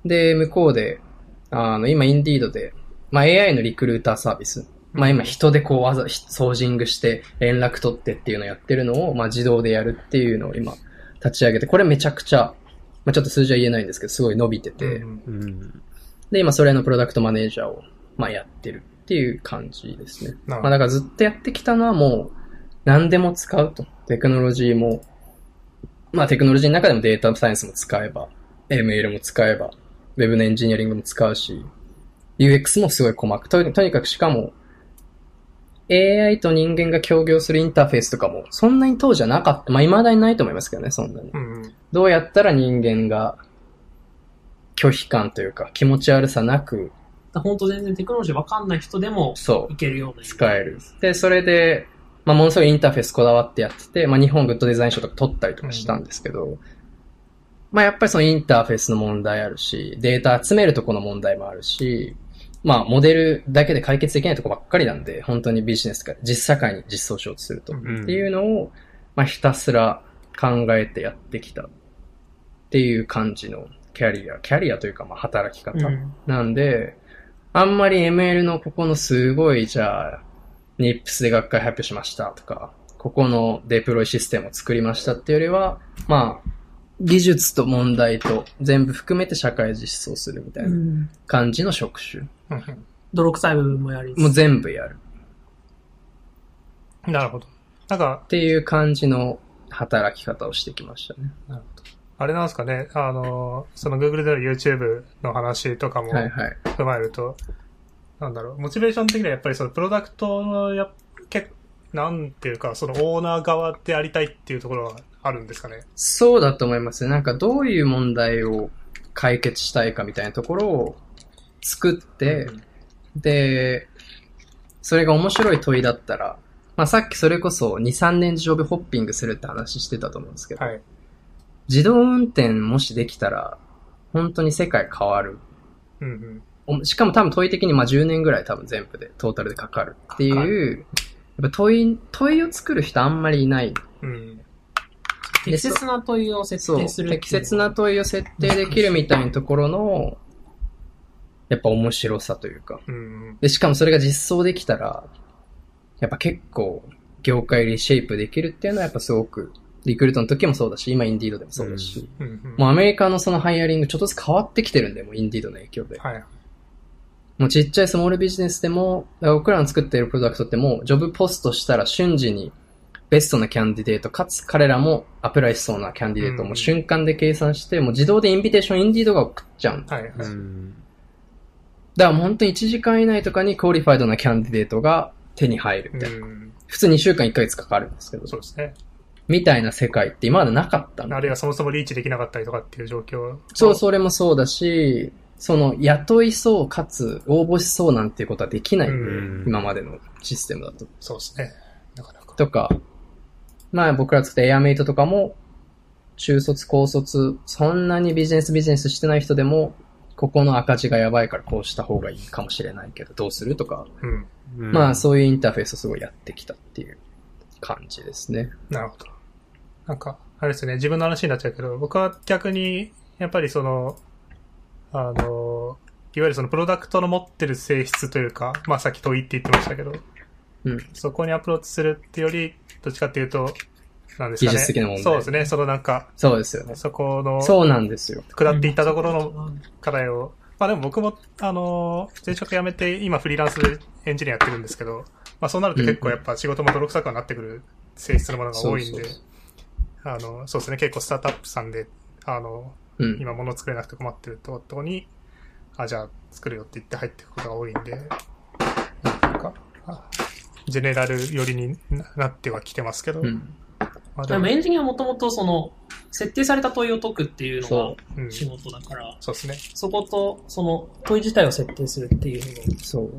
で、向こうで、あの、今、インディードで、まあ、AI のリクルーターサービス、まあ、今、人でこう、わざ、ひソージングして、連絡取ってっていうのをやってるのを、まあ、自動でやるっていうのを今、立ち上げて、これめちゃくちゃ、まあ、ちょっと数字は言えないんですけど、すごい伸びてて、
うん
うん。
で、今それのプロダクトマネージャーを、まあ、やってるっていう感じですね。
なるほ
ま
ど。
あだからずっとやってきたのはもう何でも使うと。テクノロジーも、まあテクノロジーの中でもデータサイエンスも使えば、ML も使えば、ウェブのエンジニアリングも使うし、UX もすごい細く。とにとにかくしかも、AI と人間が協業するインターフェースとかも、そんなに当時はなかった。まあ未だにないと思いますけどね、そんなに。
うん。
どうやったら人間が拒否感というか気持ち悪さなく、
本当全然テクノロジーわかんない人でも
そう
い、けるような。
使える。で、それで、まあ、ものすごいインターフェースこだわってやってて、まあ、日本グッドデザイン賞とか取ったりとかしたんですけど、まあ、やっぱりそのインターフェースの問題あるし、データ集めるとこの問題もあるし、まあ、モデルだけで解決できないとこばっかりなんで、本当にビジネスとか実社会に実装しようとすると。
うん
っていうのを、まあ、ひたすら考えてやってきたっていう感じのキャリア、キャリアというか、まあ、働き方。
うん。
なんで、あんまり ML のここのすごい、じゃあ、NIPS で学会発表しましたとか、ここのデプロイシステムを作りましたっていうよりは、まあ、技術と問題と全部含めて社会実装するみた
う。
いなん感じの職種。
うん
泥臭い部分もやりつ
もう
つ。
全部やる
なるほど。なんか
っ、ていう感じの働き方をしてきましたね。
あれなんですかね、あの、その Google での YouTube の話とかも
はいはい。
踏まえると、なんだろう、モチベーション的にはやっぱりそのプロダクトのや、けなんていうか、そのオーナー側でありたいっていうところはあるんですかね。
そうだと思いますね。なんかどういう問題を解決したいかみたいなところを作って、で、それが面白い問いだったら、まあさっきそれこそ2、3年ジョブホッピングするって話してたと思うんですけど、
はい。
自動運転もしできたら、本当に世界変わる。
うんうん。
おしかも多分問い的にまあ10年ぐらい多分全部で、トータルでかかるっていう、やっぱ問い、問いを作る人あんまりいない。
うん。
適切な問いを設
そう
定するっていう。
適切な問いを設定できるみたいなところの、やっぱ面白さというか。
うんうん。
で、しかもそれが実装できたら、やっぱ結構、業界リシェイプできるっていうのはやっぱすごく、リクルートの時もそうだし、今インディードでもそうだし、
うんうん。
もうアメリカのそのハイアリングちょっとずつ変わってきてるんで、もうインディードの影響で。
はい。
もうちっちゃいスモールビジネスでも、だから僕らの作っているプロダクトってもうジョブポストしたら瞬時にベストなキャンディデート、かつ彼らもアプライしそうなキャンディデートをもう瞬間で計算して、もう自動でインビテーションインディードが送っちゃうんだ。
はい。はい
うん。
だからもう本当に1時間以内とかにクオリファイドなキャンディデートが手に入るみたいな。
うん。
普通2週間1ヶ月かかるんですけど、
そうですね。
みたいな世界って今までなかったんで
あるいはそもそもリーチできなかったりとかっていう状況。
そう、それもそうだし、その雇いそうかつ応募しそうなんていうことはできない。
うん
今までのシステムだと。
そうですね。なかなか。
とか、まあ僕ら作ったエアメイトとかも、中卒、高卒、そんなにビジネスビジネスしてない人でも、ここの赤字がやばいからこうした方がいいかもしれないけど、どうするとか、
うん。
うん
まあそういうインターフェースをすごいやってきたっていう感じですね。
なるほど。なんか、あれですね、自分の話になっちゃうけど、僕は逆に、やっぱりその、あの、いわゆるそのプロダクトの持ってる性質というか、まあさっき問いって言ってましたけど、
うん。
そこにアプローチするってより、どっちかっていうと、なんですかね。
技術的な問題
そうですね、そのなんか、
そうですよね。
そこの、
そうなんですよ。
下っていったところの課題を、まあでも僕も、あのー前職辞めて、今フリーランスエンジニアやってるんですけど、まあそうなると結構やっぱ仕事も泥臭くはなってくる性質のものが多いんで
そうそう、
あの、そうですね、結構スタートアップさんで、あの、
うん。
今物作れなくて困ってるところに、あ、じゃあ作るよって言って入っていくことが多いんで、なんか、あジェネラル寄りにななってはきてますけど、
うん。
まあ
でもエンジニアはもともとその、設定された問いを解くっていうの
そ
うん
が仕事だから、
そうですね。
そこと、その問い自体を設定するっていうの
う。そう。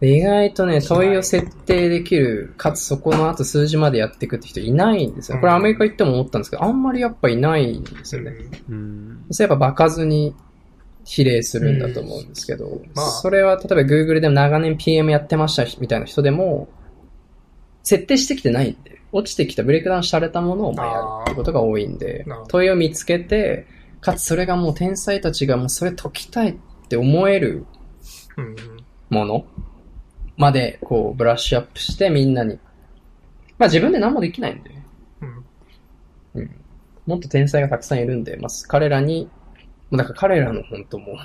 で意外とね、問いを設定できる、かつそこの後数字までやっていくって人いないんですよ。これアメリカ行っても思ったんですけど、あんまりやっぱいないんですよね。
うん。
そうやっぱ場数に比例するんだと思うんですけど、
まあ
それは例えば Google でも長年 PM やってましたみたいな人でも、設定してきてないんで、落ちてきたブレイクダウンされたものをまあやるってことが多いんで
なるほど、
問いを見つけて、かつそれがもう天才たちがもうそれ解きたいって思える
うんうん。
ものまでこうブラッシュアップしてみんなに、まあ自分で何もできないんで、
うん。
もっと天才がたくさんいるんで、まあ、彼らに、もうだから彼らの本当もう、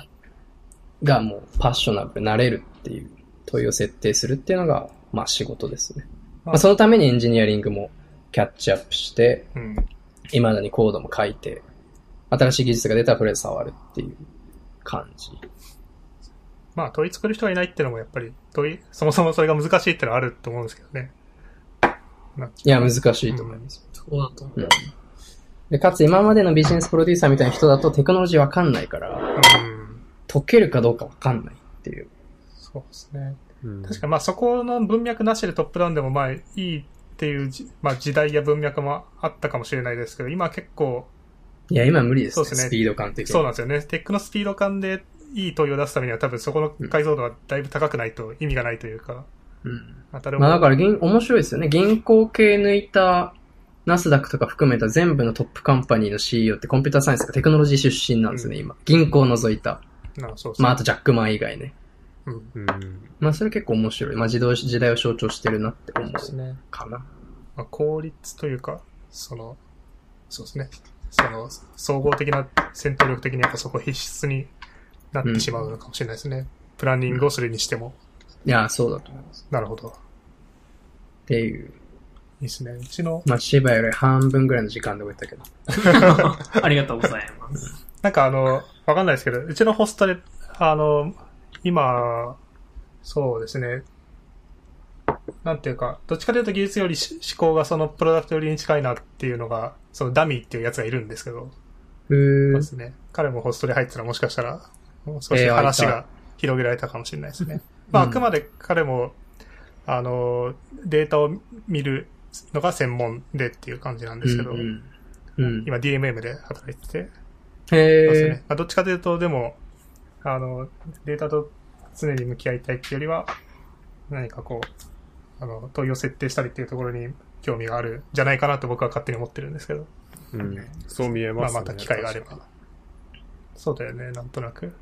がもうパッショナブルになれるっていう問いを設定するっていうのが、まあ仕事ですね。まあそのためにエンジニアリングもキャッチアップして、
うん。
今だにコードも書いて、新しい技術が出たらそれ触るっていう感じ。
まあ、問い作る人がいないってのもやっぱり、問い、そもそもそれが難しいってのはあると思うんですけどね。
いや、難しいと思います。
そこだと思う。
うんで、かつ今までのビジネスプロデューサーみたいな人だとテクノロジーわかんないから、
うん。
解けるかどうかわかんないっていう。
そうですね。
うん
確かにまあ、そこの文脈なしでトップダウンでもまあ、いいっていうじ、まあ、時代や文脈もあったかもしれないですけど、今結構、
いや、今無理ですね。
そうですね
スピード感的に。
そうなんですよね。テックのスピード感でいい問いを出すためには多分そこの解像度はだいぶ高くないと意味がないというか、
うん
当たる
まあだから銀、面白いですよね。銀行系抜いた、ナスダックとか含めた全部のトップカンパニーの CEO ってコンピューターサイエンスかテクノロジー出身なんですね、
うん
今。銀行を除いた。
なそうそう。
まああとジャックマン以外ね。
うん。
うん。
まあそれ結構面白い。まあ時代時代を象徴してるなって思
そうです
う
ね。
かな。
まあ、効率というか、その、そうですね。その、総合的な戦闘力的にやっぱそこ必須になってしまうのかもしれないですね。プランニングをするにしても。
いや、そうだと思います。
なるほど。
っていう。
いいですね。うちの、
まあ芝より半分ぐらいの時間で終えたけど。
ありがとうございます。
なんかあの、わかんないですけど、うちのホストで、あの、今、そうですね。なんていうか、どっちかというと技術よりし思考がそのプロダクトよりに近いなっていうのが、そのダミーっていうやつがいるんですけど、
ふ
そう
ー
で。すね。彼もホストで入ってたらもしかしたら、もう少し
えー
話が広げられたかもしれないです ね。まあ、
う
あ
ん
くまで彼も、あの、データを見るのが専門でっていう感じなんですけど、
うんうん。うん。
今 DMM で働いてて、そうです
へ
ね。まあ、どっちかというと、でも、あの、データと常に向き合いたいっていうよりは、何かこう、あの、問いを設定したりっていうところに興味があるんじゃないかなと僕は勝手に思ってるんですけど、
うんそう見え
ま
ま
あ
す
また機会があれ。ば
確か。
そうだよね、なんとなく。
に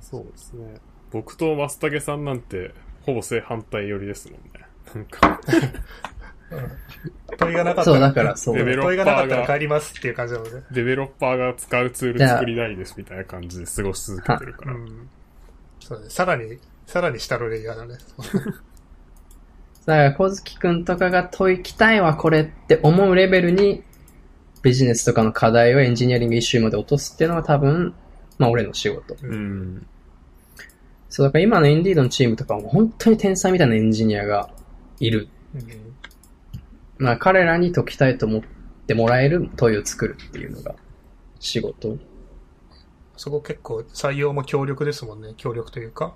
そうですね。僕とマスタゲさんなんて、ほぼ正反対寄りですもんね。なん か、
問いがなか
ー。
った
そう、
ら、
だからそう。
レベル
問いがなかったら帰りますっていう感じなので。
デベロッパーが使うツール作りないですみたいな感じで過ごし続けてるか
う
ら。
ん。そうね。さらに、さらに下のレイヤーだね。
だから、小月くんとかが問いきたいわ、これって思うレベルに、ビジネスとかの課題をエンジニアリング一周まで落とすっていうのは多分、まあ俺の仕事。
うん。
そう、だから今のインディードのチームとかは本当に天才みたいなエンジニアがいる。
うん。
まあ彼らに解きたいと思ってもらえる問いを作るっていうのが仕事。
そこ結構採用も強力ですもんね。強力というか。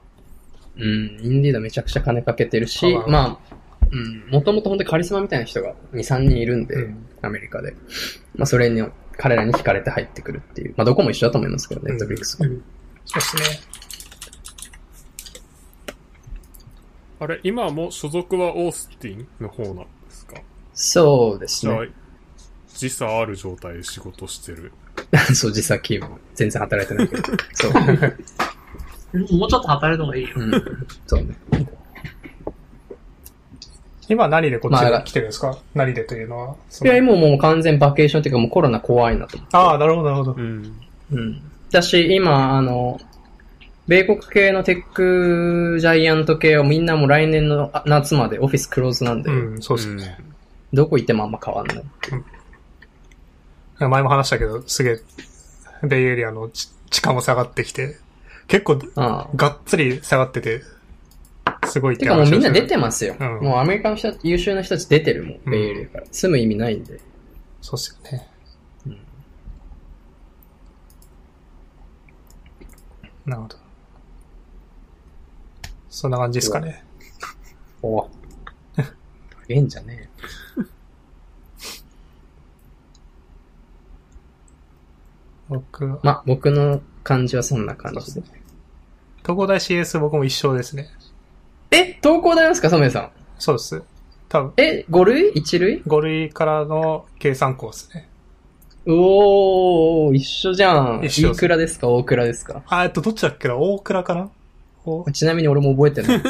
うん、インディードめちゃくちゃ金かけてるし
パワ、ー
まあ、うん、もともと本当にカリスマみたいな人が2、3人いるんで、
うん
アメリカで。まあ、それに、彼らに惹かれて入ってくるっていう。まあ、どこも一緒だと思いますけど
う
ね、
ん
ネットフリックスも。
そうですね。
あれ、今も所属はオースティンの方なんですか
そうです
じゃあ
ね。、
時差ある状態で仕事してる。
そう、実際勤務。全然働いてな いけど。そう。
もうちょっと働いた方がいいよ。
うん。そうね。
今何でこっち
まあ
に来てるんですか、何でというのは。そ
い
の
や、もうもう完全バケーションっていうかもうコロナ怖いなと思って。
ああ、なるほど、なるほど
う。ん。
うん。私、今、あの、米国系のテックジャイアント系はみんなもう来年のあ夏までオフィスクローズなんで、
うん、そうですね。
どこ行ってもあんま変わんない。
前も話したけど、すげえ、ベイエリアのち地価も下がってきて、結構、
ああ。
がっつり下がってて、すごいってて
かもう
話を
みん
して
な
る
出てますよ。
うん
もうアメリカの人、優秀な人たち出てるも
うん
ん、ベイエリアから。住む意味ないんで。
そうっすよね。なるほど。そんな感じですかね。
おぉ。げんじゃねえ。
僕は、
まあ、僕の感じはそんな感じで。
東工大 CS 僕も一生ですね。
え東工大なんですか、ソメイさん。
そうです。多分、
え ?5 類 ?1 類
5類からの計算項ですね。
うおー、一緒じゃん。
一緒
いくらですか大倉ですか
あ、えっと、どっちだっけな大倉かなお
ちなみに俺も覚え てない。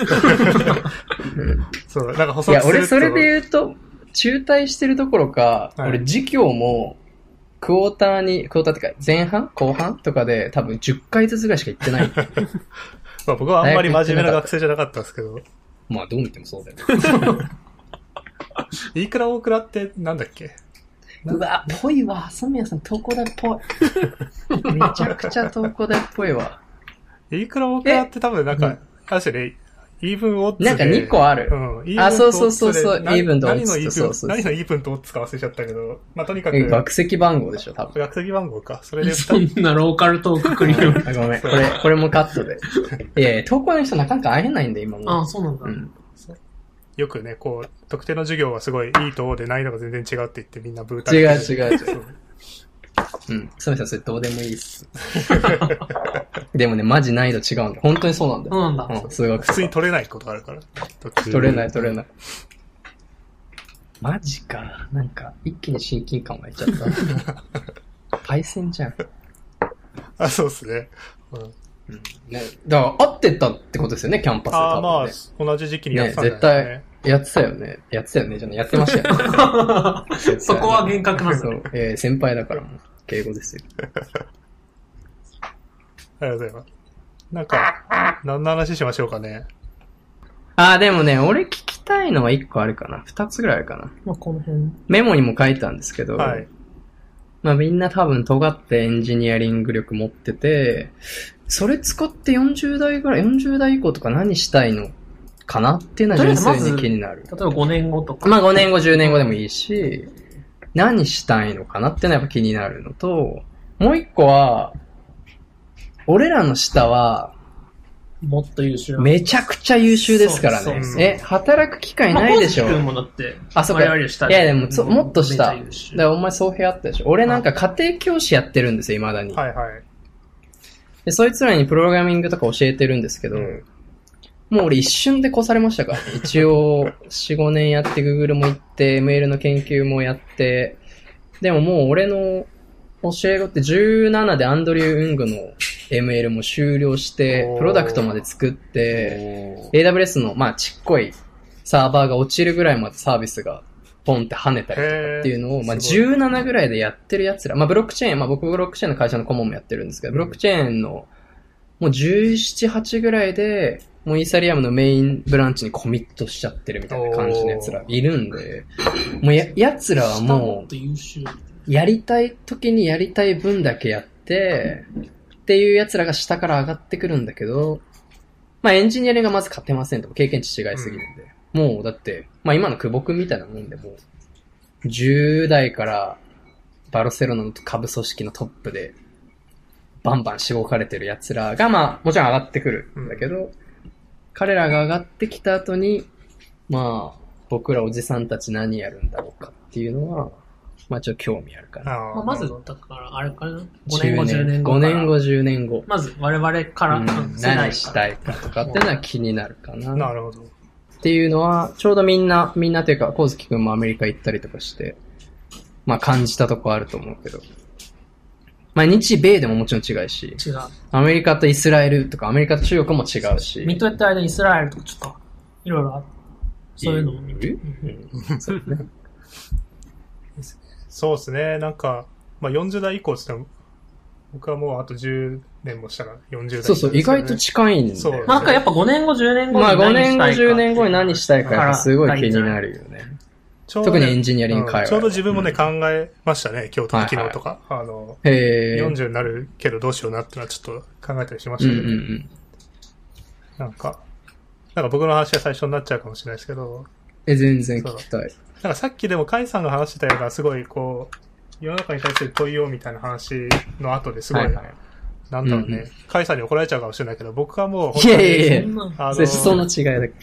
そう、なんか補
い
足
や、
すると
俺それで言うと、中退してるどころか、
はい
俺授業も、クォーターに、クォーターってか、前半後半とかで多分10回ずつぐらいしか行ってない。
まあ、僕はあんまり真面目な学生じゃなかったんですけど、
まあ、どう見てもそうだよね。
いくら大倉ってなんだっけ
うわ、ぽいわ。ソミヤさん、東工大っぽ い。めちゃくちゃ東工大っぽいわ。
いくら大倉って多分なん
う
か
ん、
あれですよね、イーブンオッズで。
なんか2個ある。
うん。
あそうそうそうそう
イ
イ
ー
ー
ブ
ブ
ン
ン
と
と
オ
オ
ッ
ッ
ズ
ズ
で
と
何
そ
の
うそうそう
何のイーブンとオッズか忘れちゃったけど、まあ、とにかく、
え学籍番号でしょ、多分。
学籍番号か。それで
そ んなローカルトーク繰り広げ
あごめん。これ、これもカットで。いやいや、東工大の人なかなか会えないんで、今 も。
ああ、そうなんだ。
うん。
よくね、こう、特定の授業はすごいいいとで難易度が全然違うって言ってみんなブータ
違う
れてる
違う違う。
そう
うん。すみません、それどうでもいいっす。でもね、マジ難易度違うんだ。本当にそうなんだ
そう
よ。
なんだ。
うん、数学
普通に
とか
取れないことがあるから。
取れない取
れ
れない。マジか。なんか、一気に親近感湧いちゃ った。パイセンじゃん。
あ、そうですね。うん
うんね、だから、合ってたってことですよね、キャンパスで
ああ、
多分、ね。
まあ、同じ時期にやってたんだよ
ね、絶対、やってたよね。やってたよね、じゃない、やってましたよ ね絶 対。
そこは厳格なんだ
そ。う。えー先輩だからもう、敬語ですよ。
ありがとうございます。なんか、何の話しましょうかね。
ああ、でもね、俺聞きたいのは一個あるかな。二つぐらいあるかな。
まあ、この辺。
メモにも書いたんですけど、
はい。
まあみんな多分尖ってエンジニアリング力持ってて、それ使って40代ぐらい、40代以降とか何したいのかなっていうのは純
とりあえずま
粋
ず
に気になる。
例えば5年後とか。
まあ5年後、10年後でもいいし、何したいのかなっていうのはやっぱ気になるのと、もう一個は、俺らの下は、
もっと優秀な。
めちゃくちゃ優秀ですから
そう
ね
そう。そう
え、働く機会
まあ
ないでしょ
コウジ君もだって、
あそうか
我々より下
いやでもそもっと下
めちゃ優秀
だからお前総平あったでしょ俺なんか家庭教師やってるんですよ、未だに。
はいはい。
で、そいつらにプログラミングとか教えてるんですけど、
うん
もう俺一瞬で越されま したから、一応、4、5年やって、Google も行って、メールの研究もやって、でももう俺の教え子って17でアンドリュー・ウングの ML も終了して
おー、
プロダクトまで作って、AWS の、まあ、ちっこいサーバーが落ちるぐらいまでサービスがポンって跳ねたりとかっていうのを、まあ、
すごい
17ぐらいでやってる奴ら、まあ、ブロックチェーン、まあ、僕ブロックチェーンの会社の顧問もやってるんですけど、ブロックチェーンの、もう17、8ぐらいで、もうイーサリアムのメインブランチにコミットしちゃってるみたいな感じの奴らいるんで、もうや、奴らは
下も
も
っと優秀。
う、やりたい時にやりたい分だけやって、っていう奴らが下から上がってくるんだけど、まあエンジニアリングがまず勝てませんと、経験値違いすぎるんで。もうだって、まあ今の久保君みたいなもんでもう、10代からバルセロナの株組織のトップで、バンバンしごかれてる奴らが、まあもちろん上がってくるんだけど、彼らが上がってきた後に、まあ僕らおじさんたち何やるんだろうかっていうのは、まあちょっと興味あるから。
あ
ま
ー
あ、まず、だから、あれかな。5年後、10
10
年後
5
から。
年後、10年後。
まず、我々から、
うん
うん世代から
何したいかとかっていうのは気になるかな。
なるほど。
っていうのは、ちょうどみんな、みんなというか、コウズキ君もアメリカ行ったりとかして、まあ感じたとこあると思うけど。まあ日米でももちろん違うし、
違
アメリカとイスラエルとかアメリカと中国も違う
う。ミッ
し。
ドウェット間にイスラエルとかちょっと、いろいろあそういうのも見て。
そうですね。なんか、まあ、40代以降って言っても、僕はもうあと10年もしたら40代、
そうそう、意外と近いんだよね。
なんかやっぱ5年後、10年後に
まあ
何
5
したい
年後、
かっていう
10年後に何したいかやっぱすごい気になるよね。
ちょうどね
特にエンジニアリング会
う
話。
んちょうど自分もね、考えましたね。今日とか
はいはい
昨日とか。あの、
へー
40になるけどどうしようなってのはちょっと考えたりしま
う
し
ん
たけ
うん
ど、
うん。
なんか、なんか僕の話が最初になっちゃうかもしれないですけど、
え、全然聞きたい。
なんかさっきでもカイさんが話してたような、すごいこう、世の中に対する問いようみたいな話の後ですごい、
はいはい
なんだろう
うんう
ね、カイさんに怒られちゃうかもしれないけど、僕はもう本
い
当
や
に、
いやいや
そんな
あ
それその違いだけど。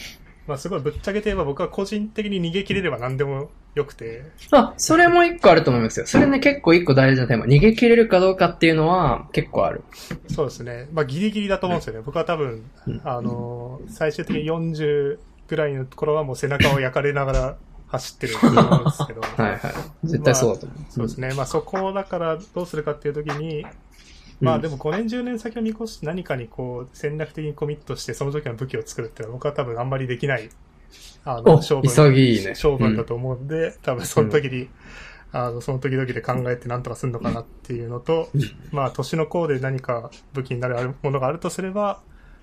まあすごいぶっちゃけて言えば僕は個人的に逃げ切れれば何でもよくて、
あ、それも一個あると思いますよ。それね、結構一個大事なテーマ。逃げ切れるかどうかっていうのは結構ある。
そうですね。まあギリギリだと思うんですよね。僕は多分、あのー、最終的に40ぐらいのところはもう背中を焼かれながら走ってると思うんですけど、
はいはい。絶対そうだと思う。
そうですね。まあそこをだからどうするかっていうときに、
うん
まあでも5年10年先を見越して何かにこう戦略的にコミットしてその時の武器を作るっていうのは僕は多分あんまりできない、あの、
お
勝負
潔いね
勝負だと思うんで、多分その時に、あの、その時々で考えて何とかするのかなっていうのと、まあ年の功で何か武器になるものがあるとすれば、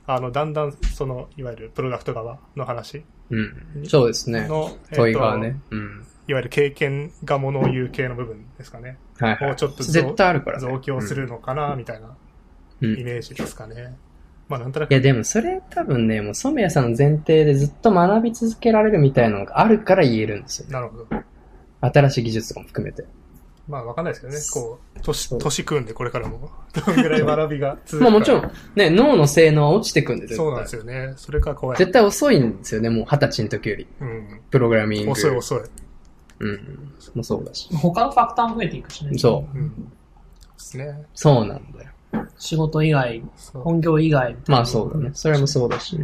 あの、だんだんその、いわゆるプロダクト側の話
うん。そうですね。
の、
問い
えっ
が
と
ね。うん。
いわゆる経験がものを言う系の部分ですかね。
はいはい。
もうちょっと増
絶対あるからね。
増強するのかな、みたいな
うん。うん
イ
い
メージですかね。まあ、なんとなく。
やでもそれ多分ね、もう染谷さんの前提でずっと学び続けられるみたいなのがあるから言えるんですよ。
なるほど。
新しい技術とかも含めて。
まあ、わかんないですよね。こう、
そ
年、
う
年組んで、これからも。 どのぐらい学びが続くか。
まあもちろん、ね、脳の性能は落ちてくんですよ。
そうなんですよね。それから怖い。
絶対遅いんですよね、もう二十歳の時より。
うん。
プログラミング。
遅い遅い。
うん。もうそうだし。
他のファクターも増えていくしね。。
そうう。
うん。ですね。
そうなんだよ。
仕事以外、
そう。
本業以外。
まあそうだね。それもそうだし。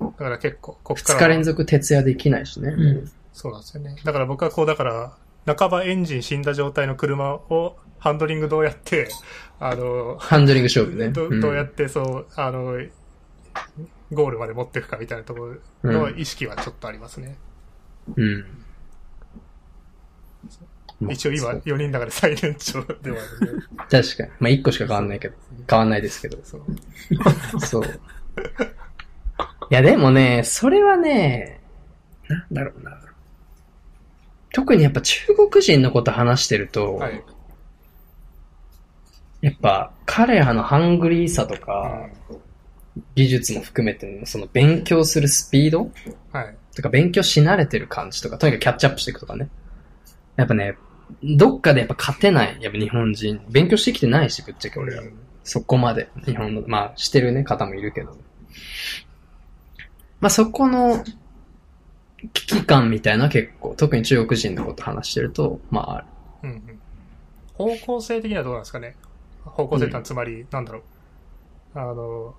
だから結構、こっから。
二日連続徹夜できないしね。
うん。
そうなんですよね。だから僕はこう、だから、半ばエンジン死んだ状態の車を、ハンドリングどうや って、あの、
ハンドリング勝負ね。
ど
ん
どうやってそう、あの、ゴールまで持っていくかみたいなところの意識はちょっとありますね。
うん。まあ
一応今
そう
4人だから最年長ではある ね。
確かに。まあ一個しか変わんないけど。変わんないですけど。
そう。
そう。いやでもね、それはね、なんだろうな。特にやっぱ中国人のこと話してると、
はい。
やっぱ彼らのハングリーさとか、
は
技術も含めてのその勉強するスピード
い。
とか勉強し慣れてる感じとか、とにかくキャッチアップしていくとかね。やっぱね、どっかでやっぱ勝てない。やっぱ日本人。勉強してきてないし、ぶっちゃけ俺ら。そこまで。日本の、まあ、してるね、方もいるけど。まあ、そこの、危機感みたいなのは結構、特に中国人のこと話してると、まあある、
うんうん。方向性的にはどうなんですかね方向性ってのはつまり、なんだろう。あの、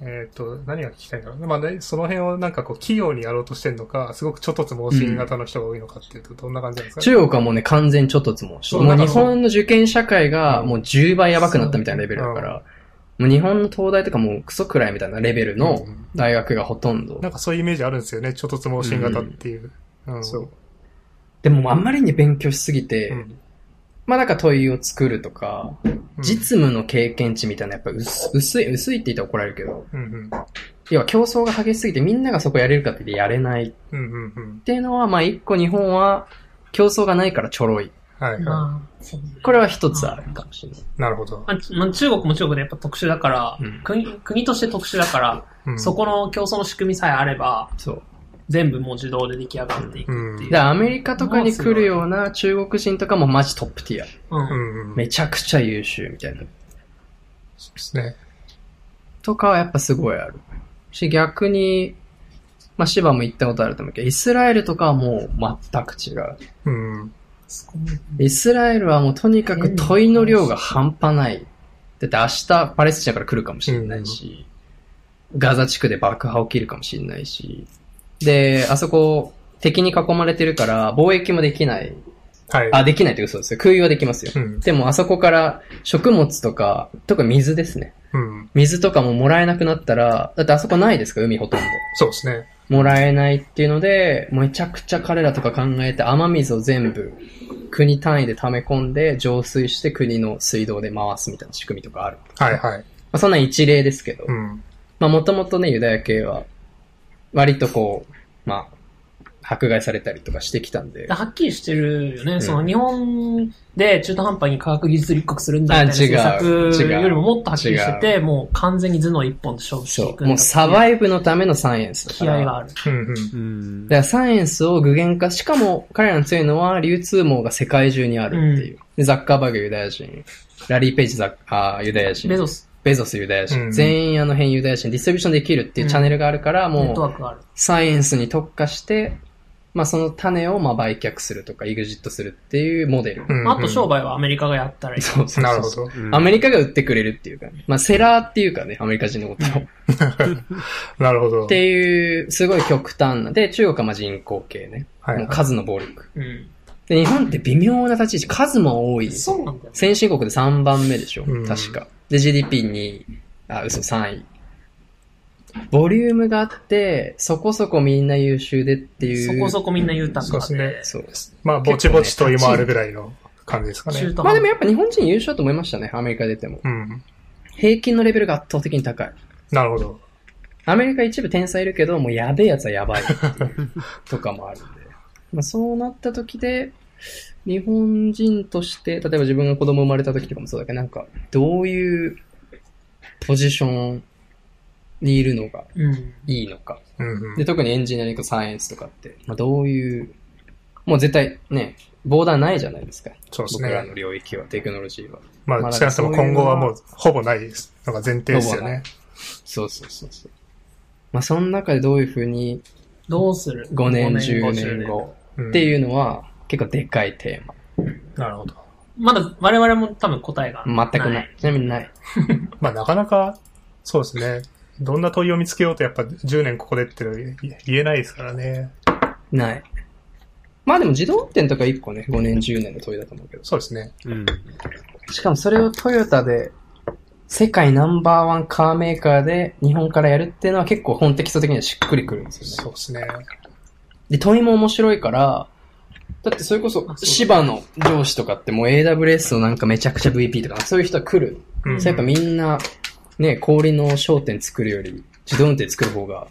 えっ、と、何が聞きたいんだろう。まあね、その辺をなんかこう、器用にやろうとしてるのか、すごくちょっとつ盲信型の人が多いのかっていうと、どんな感じなんですかね、
中国はもうね、完全にちょっとつもうして
そうな
もうん日
かそう
本の受験社会がもう10倍やばくなったみたいなレベルだから、もう日本の東大とかもうクソくらいみたいなレベルの大学がほとんど。
なんかそういうイメージあるんですよね。ちょっとつ盲信型っていう。うん
そう。。でも、あんまりに勉強しすぎて、
うん
まあなんか問いを作るとか、
うん
実務の経験値みたいな、やっぱ薄薄い、薄いって言ったら怒られるけど、
うんうん。
要は競争が激しすぎてみんながそこやれるかって言ってやれないっ
うんうんうん。
ていうのは、まあ一個日本は競争がないからちょろい。
はいは
まあ、そう
これは一つあるかもしれない。
い。なるほど。
まあちまあ中国も中国でやっぱ特殊だから、
うん
国、国として特殊だから、
うん
そこの競争の仕組みさえあれば、
そう。
全部もう自動で出来上がっていくってい
ん
う。
で、アメリカとかに来るような中国人とかもマジトップティア。
うん
うんうん。
めちゃくちゃ優秀みたいな。
そうですね。
とかはやっぱすごいある。し、逆に、まあ、シバも言ったことあると思うけど、イスラエルとかはもう全く違う。
うん。
そこも
イスラエルはもうとにかく問いの量が半端ない。だって明日パレスチナから来るかもしれないし、ガザ地区で爆破起きるかもしれないし、で、あそこ敵に囲まれてるから貿易もできない。
はい。
あ、できないって嘘ですよ。空輸はできますよ
う。ん。
でもあそこから食物とか、特に水ですね。
うん。
水とかももらえなくなったら、だってあそこないですか海ほとんど。
そうですね。
もらえないっていうので、めちゃくちゃ彼らとか考えて雨水を全部国単位で溜め込んで浄水して国の水道で回すみたいな仕組みとかある。
はいはい。
まあ、そんなん一例ですけど
う、ん。
まあもともとね、ユダヤ系は割とこう、まあ、迫害されたりとかしてきたんで
で、はっきりしてるよね。
ん
その日本で中途半端に科学技術立国するんだみたいな
あ違う
政策よりももっとはっきりして
違
て、もう完全に頭脳一本で勝負して
そ
いくんだって
う、
い
もうサバ
イ
イブのためのサイエンスだか
気合が
ら。
ある。
うんうん。
うん
だからサイエンスを具現化、しかも彼らの強いのは流通網が世界中にあるっていう。でザッカーバーグユダヤ人、ラリー・ペイジザッあーユダヤ人。
ベゾス
ベゾスユダヤ人、
うん
全員あの辺ユダヤ人、ディストリビューションできるっていうチャンネルがあるから、
ネットワ
もう、
ークがある。
サイエンスに特化して、まあその種をまあ売却するとか、エグジットするっていうモデル。
うんうん
まああと商売はアメリカがやったらいい。
そうそうそう
なるほ。ど。
アメリカが売ってくれるっていうかね、まあセラーっていうかね、アメリカ人のことを。っ
なるほど。
ていう、すごい極端な。で、中国はまあ人口系ね。
はい
もう数の暴力。
うん。
で、日本って微妙な立ち位置、数も多い。
そうなんだよ。
先進国で3番目でしょ、
うん
確か。で、GDP2 位、あ、嘘、3位。ボリュームがあって、そこそこみんな優秀でっていう。
そこそこみんな言うたん
そうですね
そうです。
まあ、ぼちぼちと今あるぐらいの感じですか
中
ね。
途
まあ
半
でも
端。
やっぱ日本人優秀だと思いましたね、アメリカ出ても。
うん。
平均のレベルが圧倒的に高い。
なるほど。
アメリカ一部天才いるけど、もうやべえやつはやばいって いうとかもあるんで。まあ、そうなった時で、日本人として、例えば自分が子供生まれた時とかもそうだけど、なんか、どういうポジションにいるのが
うん。
いいのか。
うんうん
で、。特にエンジニアリングサイエンスとかって、まあ、どういう、もう絶対ね、ボーダーないじゃないですか。
そうです
僕らの
ね。
領域は、テクノロジーは。
ま
まあ
あ、少なくとも今後はもう、ほぼないです。のが前提ですよ
ほぼない
ね。
そうそうそうそう。まあ、その中でどういうふうに
どうする
5年、
五
10
50
年後
うん
っていうのは結構でかいテーマ。
なるほど。
まだ我々も多分答えが。
全くない。。ちなみにない。
まあ、なかなか、そうですね。どんな問いを見つけようと、やっぱ10年ここでっていうのは言えないですからね。
ない。まあでも自動運転とか1個ね、5年、10年の問いだと思うけど。
そうですね。
うん。
しかもそれをトヨタで、世界ナンバーワンカーメーカーで日本からやるっていうのは結構本テキスト的にはしっくりくるんですよね。
そうですね。
で、問いも面白いから、だってそれこそ、芝の上司とかってもう AWS のなんかめちゃくちゃ VP とか、そういう人は来る。
うん
そうやっぱみんな、ね、氷の商店作るより、自動運転作る方が、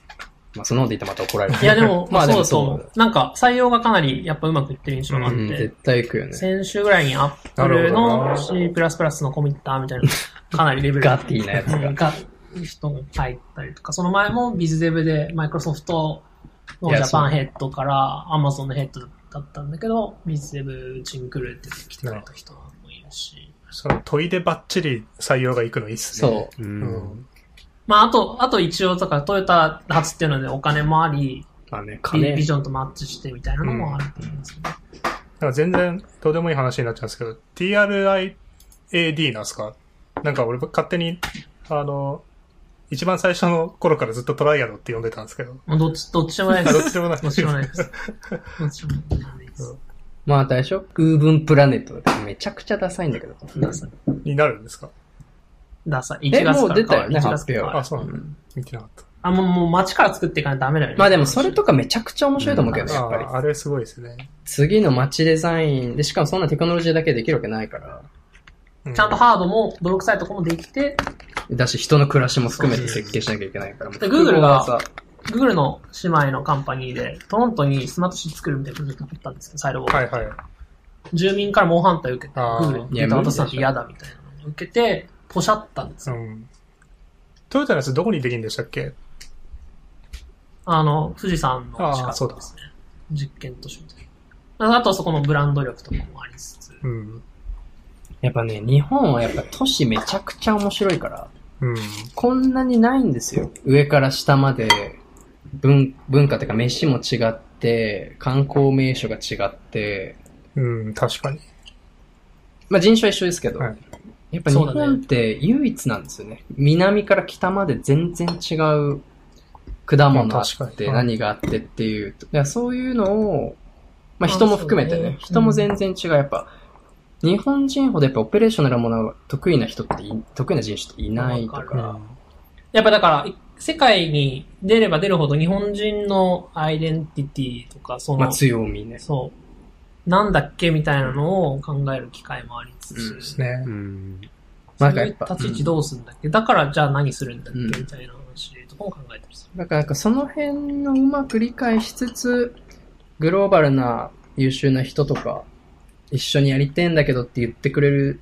まあそんなこと言 ったらまた怒られる。、
いやでもまあそうだと
そ
思
う
う。なんか採用がかなりやっぱうまくいってる印象があっ
うん、
て
絶。対行くよね。
先週ぐらいに Apple の C++ のコミッターみたいな、かなりレベル
ガティなやつが
うんガッ人が入ったりとか、その前も BizDev で Microsoft のジ
いや
ャパンヘッドから Amazon のヘッドだったんだけど、BizDev うちに来るって来てくれた人もいるし。
その問いでバッチリ採用がいくのいいっすね。
そう。
う。
うん。
ん。
まあ、あと、あと一応、だからトヨタ発っていうのでお金もあり、
まあね、
ビ
金
ビジ。ョンとマッチしてみたいなのもあると思うんですよね。
だから全然どうでもいい話になっちゃうんですけど、TRIAD なんですかなんか俺勝手に、あの、一番最初の頃からずっとトライアドって呼んでたんですけ ど。
もうどっち、どっちでもないで
あ
す。
どっちでもない。
どっちでもないです。どっちでもないです。
まあ、あとあれでしょ空文プラネットだってめちゃくちゃダサいんだけど。
ダサい。
になるんですか
ダサい。1
え、
月か
もう
ら
出たよね、
1
発
月
表
から
あ、そうなんだ。
ん
見てなかっ
あ、もう、もう街から作っていかないとダメだよね。
まあでもそれとかめちゃくちゃ面白いと思うけど
た。
ね、
あ
やっぱり。
あ、あれすごいですね。
次の街デザインで、しかもそんなテクノロジーだけできるわけないから。
う
ちゃんとハードも、泥臭いとこもできて、
だし、人の暮らしも含めて設計しなきゃいけないから。
で Google が
複合技
Google の姉妹のカンパニーで、トロントにスマートシティ作るみたいなプロジェクトがあったんですけど、サイドボール。
はいはい。
住民から猛反対を受けて、
あー
Google にデータ渡すなんて嫌だみたいなのを受けて、ポシャったんです
う
よ。
ん。トヨタのやつどこにできるんでしたっけ
あの、富士山の
あーそ
近
う
く
だ
ですね。実験都市みたいな。あとはそこのブランド力とかもありつつ。
うん。
やっぱね、日本はやっぱ都市めちゃくちゃ面白いから、
うん。
こんなにないんですよ。上から下まで、文、文化というか飯も違って、観光名所が違って、
うん、確かに。
まあ人種は一緒ですけど、
はい
やっぱ日本って唯一なんですよね。南から北まで全然違う果物
ま
あ
あ確か
っ
に
て
はい
何があってっていう。だからそういうのを、まあ
あ
人も含めて
そうだ
ね
ね、
人も全然違う。やっぱ、日本人ほどやっぱオペレーショナルなものが得意な人ってい、得意な人種っていないと
わ
か
か。やっぱだから、世界に出れば出るほど日本人のアイデンティティとか、そ
まあ
の、
強みね。
そう、なんだっけみたいなのを考える機会もありつ
うん
つ、
ですね
う。ん。
そ
なん
う
か
い
やっ
う
ぱ
立ち位置どうするんだっけ、だからじゃあ何するんだっけ
うん
みたいな話とかも考えたりする。
だからなんかその辺をうまく理解しつつ、グローバルな優秀な人とか、一緒にやりてえんだけどって言ってくれる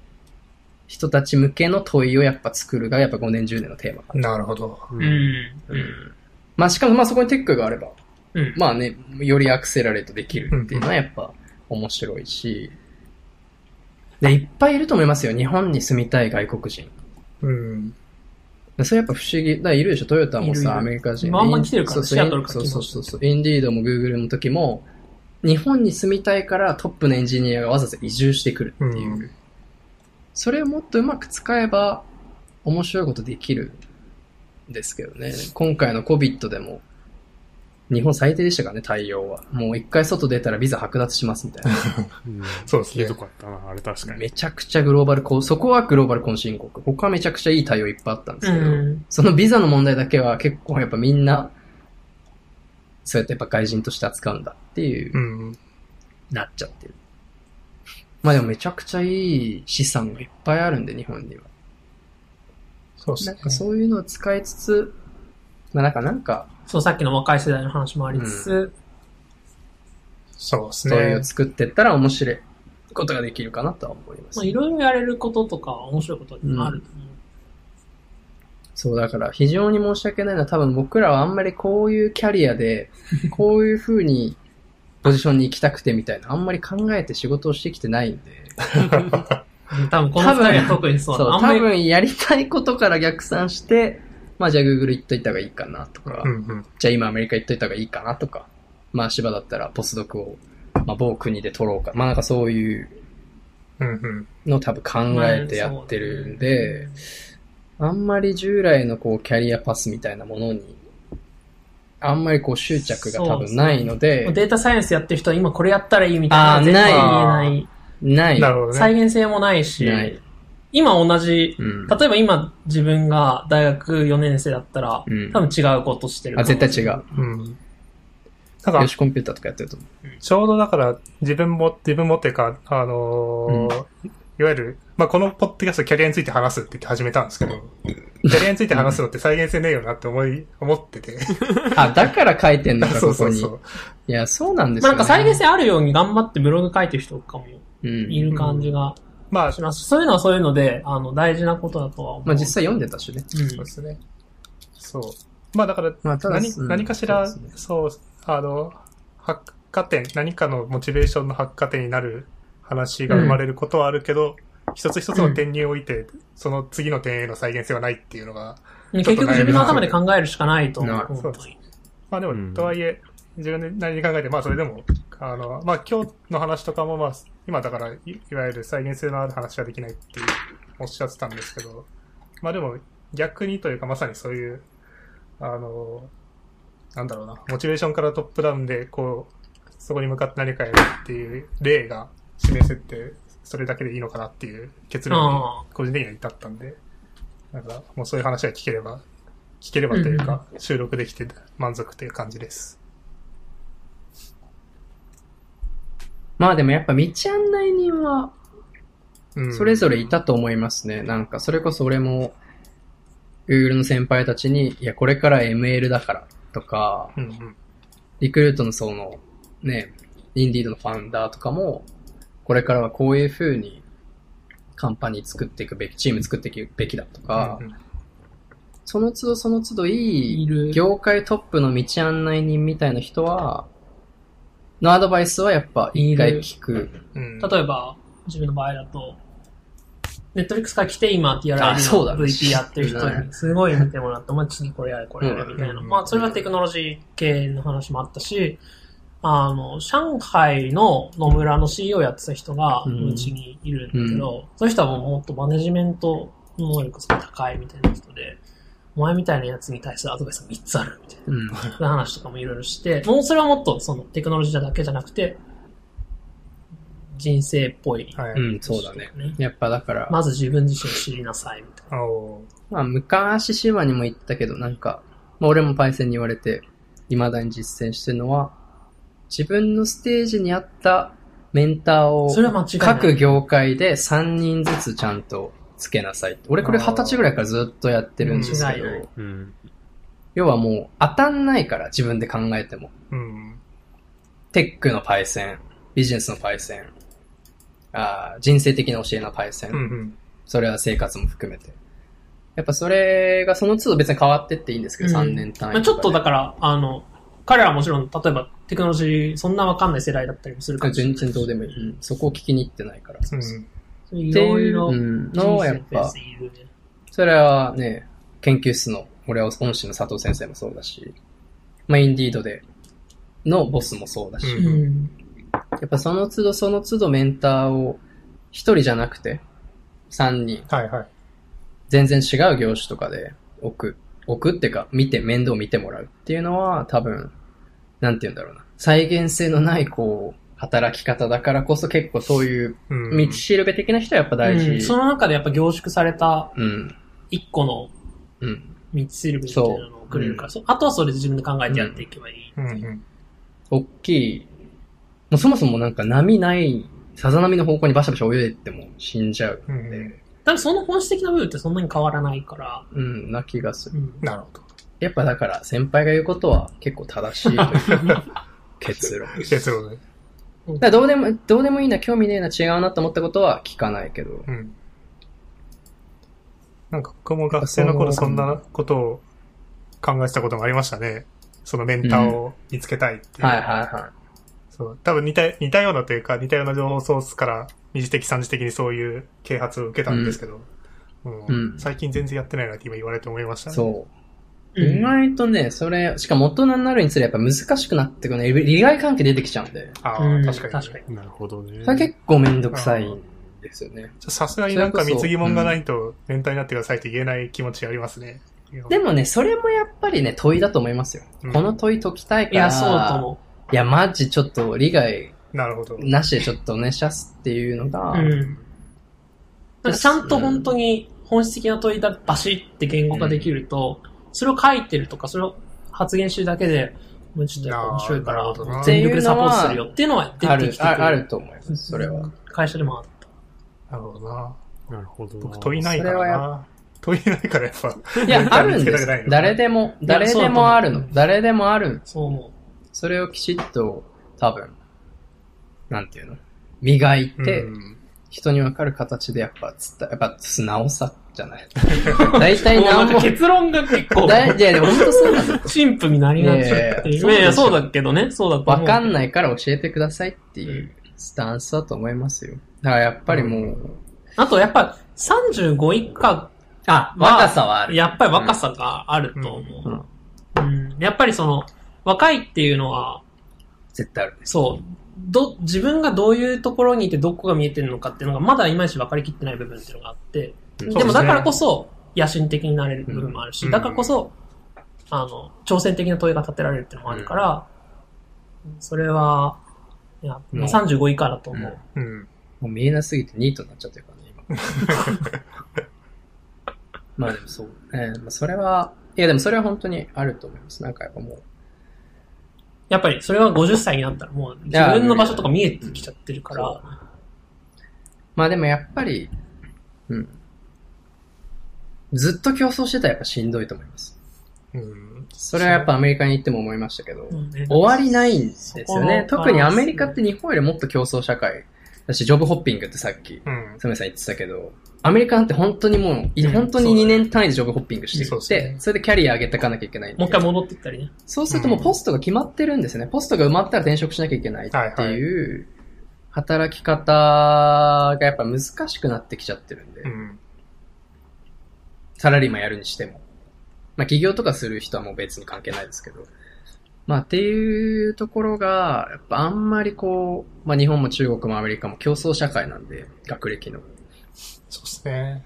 人たち向けの問いをやっぱ作るが、やっぱ5年10年のテーマかな。
なるほど。
う。
うんん。うん。
まあしかもまあそこにテックがあれば、
うん。
まあね、よりアクセラレートできるっていうのはやっぱ面白いし、で、いっぱいいると思いますよ。日本に住みたい外国人。
うん。
それやっぱ不思議。だからいるでしょ、トヨタ
い
もさ、
るいる
アメリカ人。
今あんま来てるから
そうそう
シアトルから
そう
来て
そ
ま
う
す
そうそう。インディードもグーグルの時も、日本に住みたいからトップのエンジニアがわざわざ移住してくるっていう。
うん
それをもっとうまく使えば、面白いことできるんですけどね。今回の COVID でも、日本最低でしたからね、対応は。もう一回外出たらビザ剥奪しますみたい な。
うん
そうです
ひ
ね
ど。かったな、あれ確かに。
めちゃくちゃグローバルこう、そこはグローバル懇親国。他はめちゃくちゃいい対応いっぱいあったんですけど。
うん
そのビザの問題だけは結構やっぱみんな、そうやってやっぱ外人として扱うんだっていう、
うん。
なっちゃってる。まあでもめちゃくちゃいい資産がいっぱいあるんで、日本には。
そうです
なん
ね。
かそういうのを使いつつ、まあなんかなんか、
そう、さっきの若い世代の話もありつつ、
そうです
そういう
ね
を。作ってったら面白いことができるかなとは思いま
ますあ、。いろいろやれることとか面白いことがあると思う。
そうだから非常に申し訳ないのは多分僕らはあんまりこういうキャリ アで、こういう風にポジションに行きたくてみたいな、あんまり考えて仕事をしてきてないんで。
多分この二人は特にそうだ
そう、
な。あんま
多
り
分やりたいことから逆算して、まあじゃあ Google 行っといた方がいいかなとか、
うんうん。
じゃあ今アメリカ行っといた方がいいかなとか、まあ芝だったらポスドクを、まあ某国で取ろうか、まあなんかそういう
うんうん。
のを多分考えてやってるんで、あんまり従来のこうキャリアパスみたいなものに、あんまりこう執着が多分ないの
そうだね
で、
データサイエンスやってる人は今これやったらいいみたいなの
あー
は絶対
ない
言え
ない。
なるほど
ない。
ね。
再現性もないし、
ない。
今同じ、
うん。
例えば今自分が大学4年生だったら、
うん
多分違うことしてる。
あ、絶対違う。
うん。なんか
よし、コンピューターとかやってると思う。
ちょうどだから、自分も、自分もっていうか、あのーいわゆる、まあ、このポッドキャストキャリアについて話すって言って始めたんですけど、キャリアについて話すのって再現性ねえよなって思 い、思ってて。
あ、だから書いてん のか、
そう
こ
そ
こ
う
に。
そう。
いや、そうなんです
まあ
よ、
なん
ね。
か再現性あるように頑張ってブログ書いてる人とかも
うん
い。る感じが
まあ、
し
そ
ます。そういうのはそういうので、あの、大事なことだとは思う。
まあ実際読んでたしね。
うん
うですね。そう。まあ、だから、
まあただ
何
うん
何かしら、
そ
そうう,、
ですね
あの、発火点、何かのモチベーションの発火点になる話が生まれることはあるけど、一つ一つの点において、その次の点への再現性はないっていうのが、
結局自分の頭で考えるしかないと思う。
なる
ほど
本当に
まあでも、
うん
とはいえ、自分で何に考えて、まあそれでも、あの、まあ今日の話とかも、まあ、今だからい、いわゆる再現性のある話はできないっていうおっしゃってたんですけど、まあでも、逆にというか、まさにそういう、あの、なんだろうな、モチベーションからトップダウンで、こう、そこに向かって何かやるっていう例が示せて、それだけでいいのかなっていう結論に
あ、
個人的には至ったんで、なんか、もうそういう話は聞ければ、聞ければというか、収録できて満足という感じです。
まあでもやっぱ道案内人は
うん
それぞれいたと思いますね。なんかそれこそ俺も Google の先輩たちに、いやこれから ML だからとか、
うんうん。
リクルートのそのね、インディードのファウンダーとかも、これからはこういう風にカンパニー作っていくべき、チーム作っていくべきだとか、
うんうん
その都度その都度い
い
い
る
業界トップの道案内人みたいな人は、のアドバイスはやっぱ一回聞く。
うん
例えば、自分の場合だと、ネットフリックスから来て今、TRI
あそうだ
の VP やってる人
うん
に、すごい見てもらって、お前次これやれ、これやれ、
うん
みたいな。
うん
まあ、それはテクノロジー系の話もあったし、あの、上海の野村の CEO やってた人が、
うん
うちにいるんだけど、そういう人はもうもっとマネジメントの能力が高いみたいな人で、お前みたいなやつに対するアドバイスが3つあるみたいな。
うん。
そういう話とかもいろいろして、もうそれはもっとそのテクノロジーだけじゃなくて、人生っぽい。
は
う
い。
ん、そうだね。やっぱだから、
まず自分自身を知りなさいみたいな。
あお
まあ、昔、シワにも言ったけど、なんか、まあ、俺もパイセンに言われて、未だに実践してるのは、自分のステージに合ったメンターを
そ、れは間違いない。
各業界で3人ずつちゃんとつけなさい。俺これ
あー
20歳ぐらいからずっとやってるんですけど
間違いない、
うん。
要はもう当たんないから、自分で考えても。
うん。
テックのパイセン、ビジネスのパイセン、あー人生的な教えのパイセン、
うんうん。
それは生活も含めて。やっぱそれがその都度別に変わってっていいんですけど、
うん
3年単位
まあ、ちょっとだ
か。
から、あの、彼らはもちろん、例えばテクノロジー、そんなわかんない世代だったりもするからもしれ
全
ない。
然どうでもいい。うんそこを聞きに行ってないから。
う
っ
ん。
そうい
て
ろ
い
いうろ
う、んのをやっぱ、それはね、研究室の、俺は恩師の佐藤先生もそうだし、まあインディードでのボスもそうだし、
うん
うん。
やっぱその都度その都度メンターを一人じゃなくて、三人、
はいはい。
全然違う業種とかで置く、置くっていうか、見て、面倒見てもらうっていうのは多分、なんて言うんだろうな。再現性のない、こう、働き方だからこそ結構そういう
うん。
道しるべ的な人はやっぱ大
うん
事
そ。の中でやっぱ凝縮された
うん。
一個の
うん。
道しるべみたいなのをくれるから、そあとはそれで自分で考えてやっていけばいいって
う
い
ん
う。
うん。
大きい。もうそもそもなんか波ない、さざ波の方向にバシャバシャ泳いでっても死んじゃう
うんん
で、
うん。
多分その本質的な部分ってそんなに変わらないから、
うん、な気がする。
うん
なるほど。
やっぱだから先輩が言うことは結構正しいというか 結論。
結論ね。
だからどうでも、どうでもいいな、興味ねえな、違うなと思ったことは聞かないけど。
うん。なんか僕も学生の頃そんなことを考えてたこともありましたね。そのメンターを見つけたいっていう。
はいはいは
そう。多分似た、似たようなというか、似たような情報ソースから、二次的三次的にそういう啓発を受けたんですけど、もう
うん
最近全然やってないなって今言われて思いました
い。
ね。
そう。意外とね、それ、しかも大人になるにつれやっぱ難しくなってくるね。利害関係出てきちゃうんで。
ああ、
うん
確かに、
確かに。
なるほどね。
それ結構めんどくさいんですよね。
じゃあさすがになんか貢ぎ物がないと、連帯になってくださいって言えない気持ちありますね。
でもね、それもやっぱりね、問いだと思いますよ。
うん
この問い解きたいか
い
ら。
や、そうと思
いや、マジちょっと利害
なるほど。
なしでちょっとね、シャスっていうのが、
う。うん。なんかちゃんと本当に本質的な問いだ、バシッって言語化できると、それを書いてるとか、それを発言してるだけで、もうちょっとやっぱ面白いか
なるほど
ら、
な
全力でサポートするよっていうのは出
あ
て
る
きてくる。
あ、あると思います。それは。。
会社でもある。
なるほどな。
なるほどな。
僕問いないか
それは
ら
や
な。問いないからやっぱ。
いや、あるんです
ない。の
誰でも、
いや
誰でもあるの。誰でもある。
そう思
それをきちっと、多分、なんていうの磨いて、
うん
人にわかる形でやっぱ伝え、やっぱ素直さじ ゃない。大
う。
体
もうな
何
ん
も
か、結論が結構、
だいいやいや、本当そう なの。
陳腐になりがちっていう。い
いやいや
やいや、そうだけどね、そうだと思う。。
わかんないいから教えてくださいっていうスタンスだと思いますよ。だからやっぱりもう、
あと、やっぱ、35以下、
あ、
まあ
若さはある。
やっぱり若さがあると思う。
うん、
うん、やっぱりその、若いっていうのは、
絶対ある。
そう、ど、自分がどういうところにいてどこが見えてるのかっていうのが、まだいまいち分かりきってない部分っていうのがあって、
うん
でも
そうです
だ
ね
からこそ、野心的になれる部分もあるし、
うん
だからこそ、あの、挑戦的な問いが立てられるっていうのもあるから、それは、いや、
うん
35以下だと思う。
うん。
もう見えなすぎてニートになっちゃってるからね、今。 まあでもそう。えーまあ、それは、いやでもそれは本当にあると思います。なんかやっぱもう、
やっぱり、それは50歳になったら、もう、自分の場所とか見えてきちゃってるか
いや
ら、
まあでもやっぱり、うん。ずっと競争してたらやっぱしんどいと思います。
うん。
それはやっぱアメリカに行っても思いましたけど、
うんね
終わりないんですよね。
そこの
特にアメリカって日本よりもっと競争社会だし、ジョブホッピングってさっき、
うん。
サメさん言ってたけど、アメリカなんて本当にもう、い
うん
本当に2年単位でジョブホッピングして
そう
い
で
っ
す
て
ね、
それでキャリア上げていかなきゃいけないんで
もう一回戻ってったりね。
そうするともうポストが決まってるんですよね。ポストが埋まったら転職しなきゃいけないっていう、働き方がやっぱ難しくなってきちゃってるんで、
うん。
サラリーマンやるにしても。まあ企業とかする人はもう別に関係ないですけど、まあっていうところが、やっぱあんまりこう、まあ日本も中国もアメリカも競争社会なんで、学歴の。
そうですね。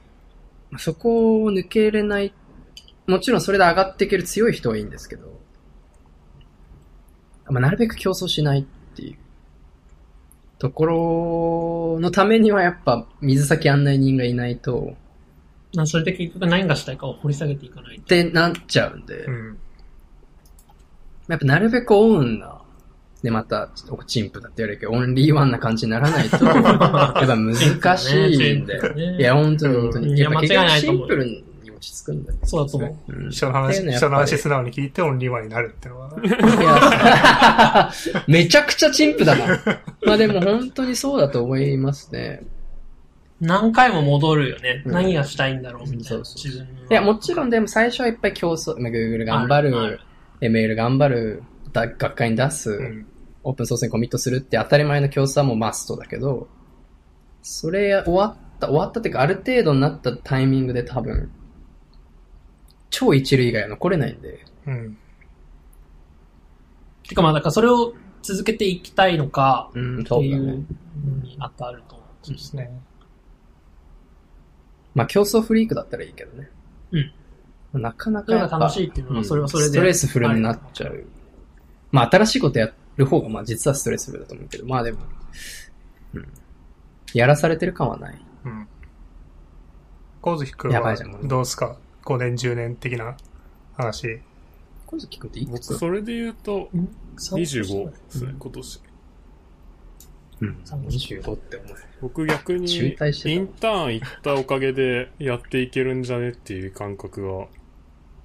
そこを抜けれない、もちろんそれで上がっていける強い人はいいんですけど、まあ、なるべく競争しないっていうところのためにはやっぱ水先案内人がいないと、
なそれで結局何がしたいかを掘り下げていかない
ってなっちゃうんで、
うん。
やっぱなるべくオンな、でまた、チンプだって言われるけど、オンリーワンな感じにな らないと、やっぱ難しいんで、
そうですね
いや、本当に本当
うん
に。やっぱ
い
結
や間違いないと
局シ
思う
ンプルに落ち着くんだよ。
そうだと思う。
うん
人の
って
話、
いうのはや
人の
っぱり
話素直に聞いてオンリーワンになるってのは。
いや、 めちゃくちゃ陳腐だな。まあでも本当にそうだと思いますね。
何回も戻るよね。
うん
何がしたいんだろうみたい
そ
な。
うそう
自分の
いや、もちろんでも最初はいっぱい競争、まあ Google 頑張
ある
る、ML 頑張る、だ学会に出す、
うん。
オープンソースにコミットするって当たり前の競争はもうマストだけど、それ終わった、終わったっていうかある程度になったタイミングで多分、超一流以外は残れないんで、
うん。
てかまあ、だからそれを続けていきたいのか、
うん、
っ
そ
て
う
い
だ
う
ね。
のにあったあると思
そうですね。
まあ競争フリークだったらいいけどね。うん。なかな
う。
か
だか
やっぱ
ら楽しいっていうのは、それはそれで。
ストレスフルになっちゃ
ある
う。まあ、新しいことやる方が、まあ、実はストレスフルだと思うけど、まあでも、うん。やらされてる感はない。
うん。光月くん
やば
はい
じゃん
どうすか ?5 年、10年的な話。
小月くんっていく
僕、
つ
それで言うと、
そう
25ですね、今年。
うん。25って思う。
僕逆に、
中退してた
インターン行ったおかげでやっていけるんじゃねっていう感覚が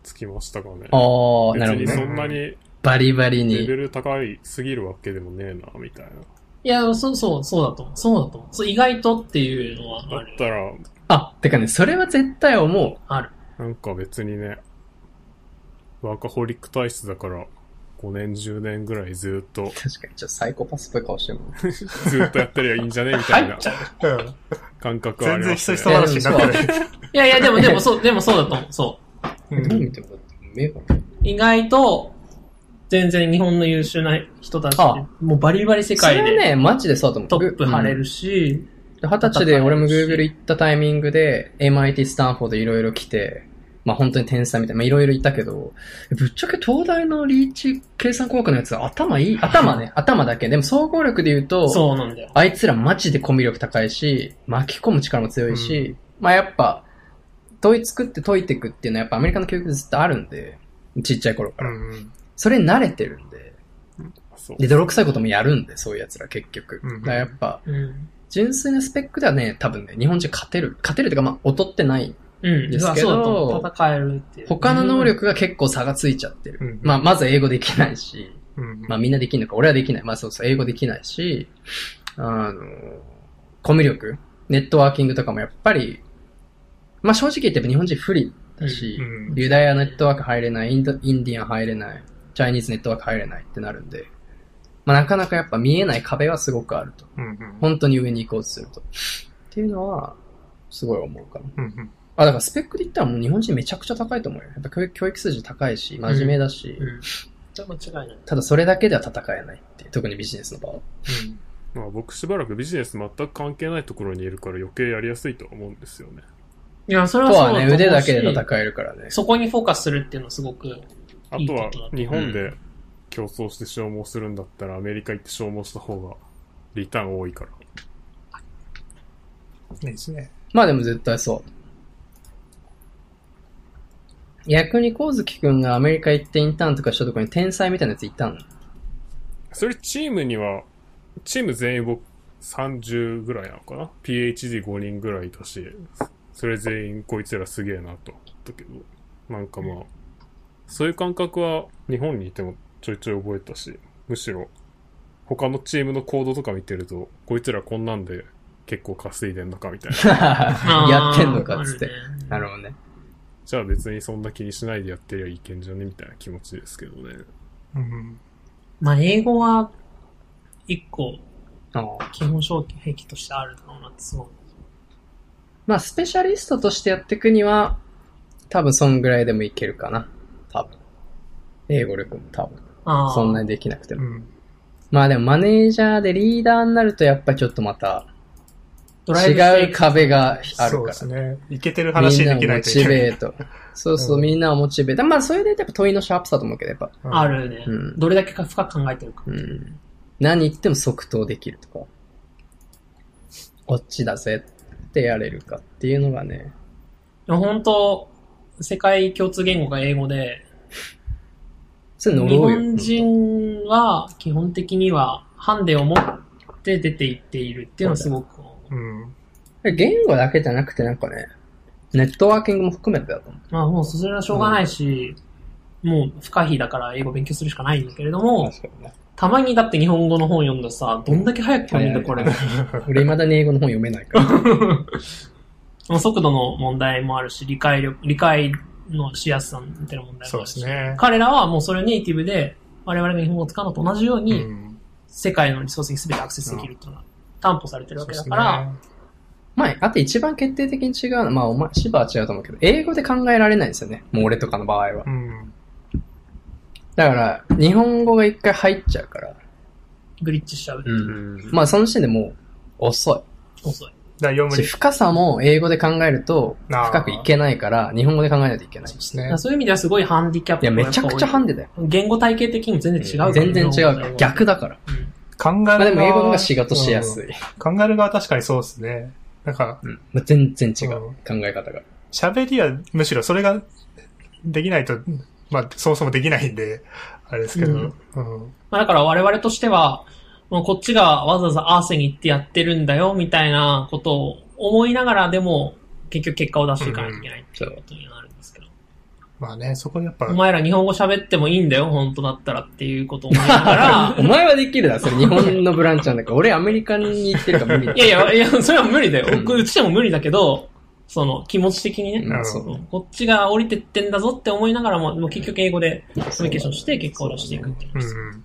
つきましたかね。
ああ、な
別
る
に
ほど
そ
ね。
んなにレ
バリバリ
ベ
に。
ル高いすぎるわけでもねえな、みたい
いや、そうそう、そうだと思う。そうだと思う。そう意外とっていうのは
な。
あ
だっ
る。
たら、
あ、てかね、それは絶対思う。
ある。
なんか別にね、ワーカホリック体質だから、5年、10年ぐらいずっと、
確かに、ちょっとサイコパスっぽい 顔してるもん。
ずっとやってりゃいいんじゃねみたいな
うん。
感覚はあ
全然
りま
ひ
す
そ
ね
ひ。そ話になってる。
いやいや、でも、でも、そう、 でもそうだと思う。そう。
う
どうん見てもだって、目が。
意外と、全然日本の優秀な人たち
ああ、
もうバリバリ世
それ
界
は
で
ね、マジでそうだと思う。
トップ張れる
し。
し、
で二十歳で俺も Google 行ったタイミングで、MIT、スタンフォードいろいろ来て、まあ本当に天才みたいな、まあいろいろいたけど、ぶっちゃけ東大のリーチ計算工学のやつは頭いい、頭ね、頭だけ。でも総合力で言うと、
そうなんだよ。
あいつらマジでコミュ力高いし、巻き込む力も強いし、まあやっぱ、問い作って解いていくっていうのはやっぱアメリカの教育でずっとあるんで、ちっちゃい頃か
う
ら。
ん。
それに慣れてるんで、
そう
で、泥臭いこともやるんで、そういうやつら結局。
うん
だからやっぱ、
うん。
純粋なスペックではね、多分ね、日本人勝てる。勝てるというか、まあ、劣ってない。
うん。
ですけど
そうだと思う。戦えるっていう。
他の能力が結構差がついちゃってる。
うん
まあ、まず英語できないし、
うん。
まあ、みんなできるのか、俺はできない。まあ、そうそう、英語できないし、あの、コミュ力、ネットワーキングとかもやっぱり、まあ、正直言ってやっぱ日本人不利だし、
うん
ユダヤネットワーク入れないインド、インディアン入れない、チャイニーズネットワーク入れないってなるんで、まあ、なかなかやっぱ見えない壁はすごくあると。
うんうん
本当に上に行こうとすると。っていうのは、すごい思うかな。
うん
あ、だからスペックで言ったらもう日本人めちゃくちゃ高いと思うよ。やっぱ教育教育数字高いし、真面目だし、
うん。それは間違いない。
ただそれだけでは戦えないっていう、特にビジネスの場合は。
まあ僕しばらくビジネス全く関係ないところにいるから余計やりやすいとは思うんですよね。
いや、それ
あ
は
と
そうだと
は
思う
ね、
し。
腕だけで戦えるからね。
そこにフォーカスするっていうのはすごく、
あ
いい
とは
ことだ
日本で競争して消耗するんだったらアメリカ行って消耗した方がリターン多いから。
うん。いいですね。
まあでも絶対そう。逆に光月くんがアメリカ行ってインターンとかしたとこに天才みたいなやつ いたの
それチームには、チーム全員僕30ぐらいなのかな ?PhD5 人ぐらいいたし、それ全員こいつらすげえなと思ったけど、なんかまあ、そういう感覚は日本にいてもちょいちょい覚えたし、むしろ他のチームの行動とか見てると、こいつらこんなんで結構稼いでんのかみたいな。
あー
やってんのかっつって
あ。るね
なるほどね。
じゃあ別にそんな気にしないでやってりゃいけんじゃねみたいな気持ちですけどね。
うん。
まあ、英語は、一個、
ああ
基本障壁としてあるだろうなって、すごい。
まあ、スペシャリストとしてやっていくには、多分そんぐらいでもいけるかな。多分。英語力も多分。
ああ。
そんなにできなくて
う
も。
ん。
まあでもマネージャーでリーダーになるとやっぱちょっとまた
ドライブして
違う壁があ
そ
る
う
か
で
ら
す。ね。いけてる話できないといけ
みんなを
な
モチベ
い。
ート。そうそう、みんなをモチベート。まあ、それでやっぱ問いのシャープさと思うけど、やっぱ。
うん
あ。るね、
うん
どれだけか深く考えてるか。
うん。何言っても即答できるとか。こっちだぜってやれるかっていうのがね。
でも本当、世界共通言語が英語で、
それ
日
呪うよ。
本人は基本的にはハンデを持って出ていっているっていうのはすごく思う。
うん。
言語だけじゃなくてなんかね、ネットワーキングも含めてだと思う。
まあもうそれはしょうがないし、もう不可避だから英語勉強するしかないんだけれども、
確かにね。
たまにだって日本語の本読んだらさ、どんだけ早く読めんだこれ。
俺未だに英語の本読めないから。
もう速度の問題もあるし、理解力、理解のしやすさみたいな問題も
そ
あ
う
る
で
し。
すね。
彼らはもうそれをネイティブで、我々が日本語を使うのと同じよう
う
に、
ん。
世界のリソースに全てアクセスできるっていうのが担保されてる
そう
わけ
で
だ
す
か
ね。
ら、
まあ、あと一番決定的に違うのは、まあ、お前、芝は違うと思うけど、英語で考えられないんですよね。もう俺とかの場合は
う。ん。
だから、日本語が一回入っちゃうから。
グリッチしちゃう。
うん
まあその時点でもう遅
遅い。
だから読
い。
む
し
に。
深さも英語で考えると
あー
深くいけないから、日本語で考えないといけない
そう。です
だ
ね
から。そういう意味ではすごいハンディキャッ
い
プ
や、めちゃくちゃハンデだよ。
言語体系的にも全然違うから
全然違うから。。逆だから。
考える
まあ
側。
でも英語の方が仕事しやすい。
うん。考える側は確かにそうですね。なんか、
うんまあ全然違う。
う
考
ん
え方が。
喋りはむしろそれができないと、まあそもそもできないんで、あれですけど。
うん
うん
まあだから我々としては、もうこっちがわざわざ合わせに行ってやってるんだよ、みたいなことを思いながらでも、結局結果を出していかないといけないっていうことになるんですけど。
まあね、そこでやっぱ
お、前ら日本語喋ってもいいんだよ、本当だったらっていうことを思いなが ら、
お前はできるだろ、それ日本のブランチなん だから。俺アメリカに行ってるから無理だ。
いやいや、いや、それは無理だよ
うん。
うちでも無理だけど、その、気持ち的にね、
うんそう
うんこっちが降りてってんだぞって思いながらも、もう結局英語でコミュニケーションして結果を出していくっていう
う
の
ん
が
うん。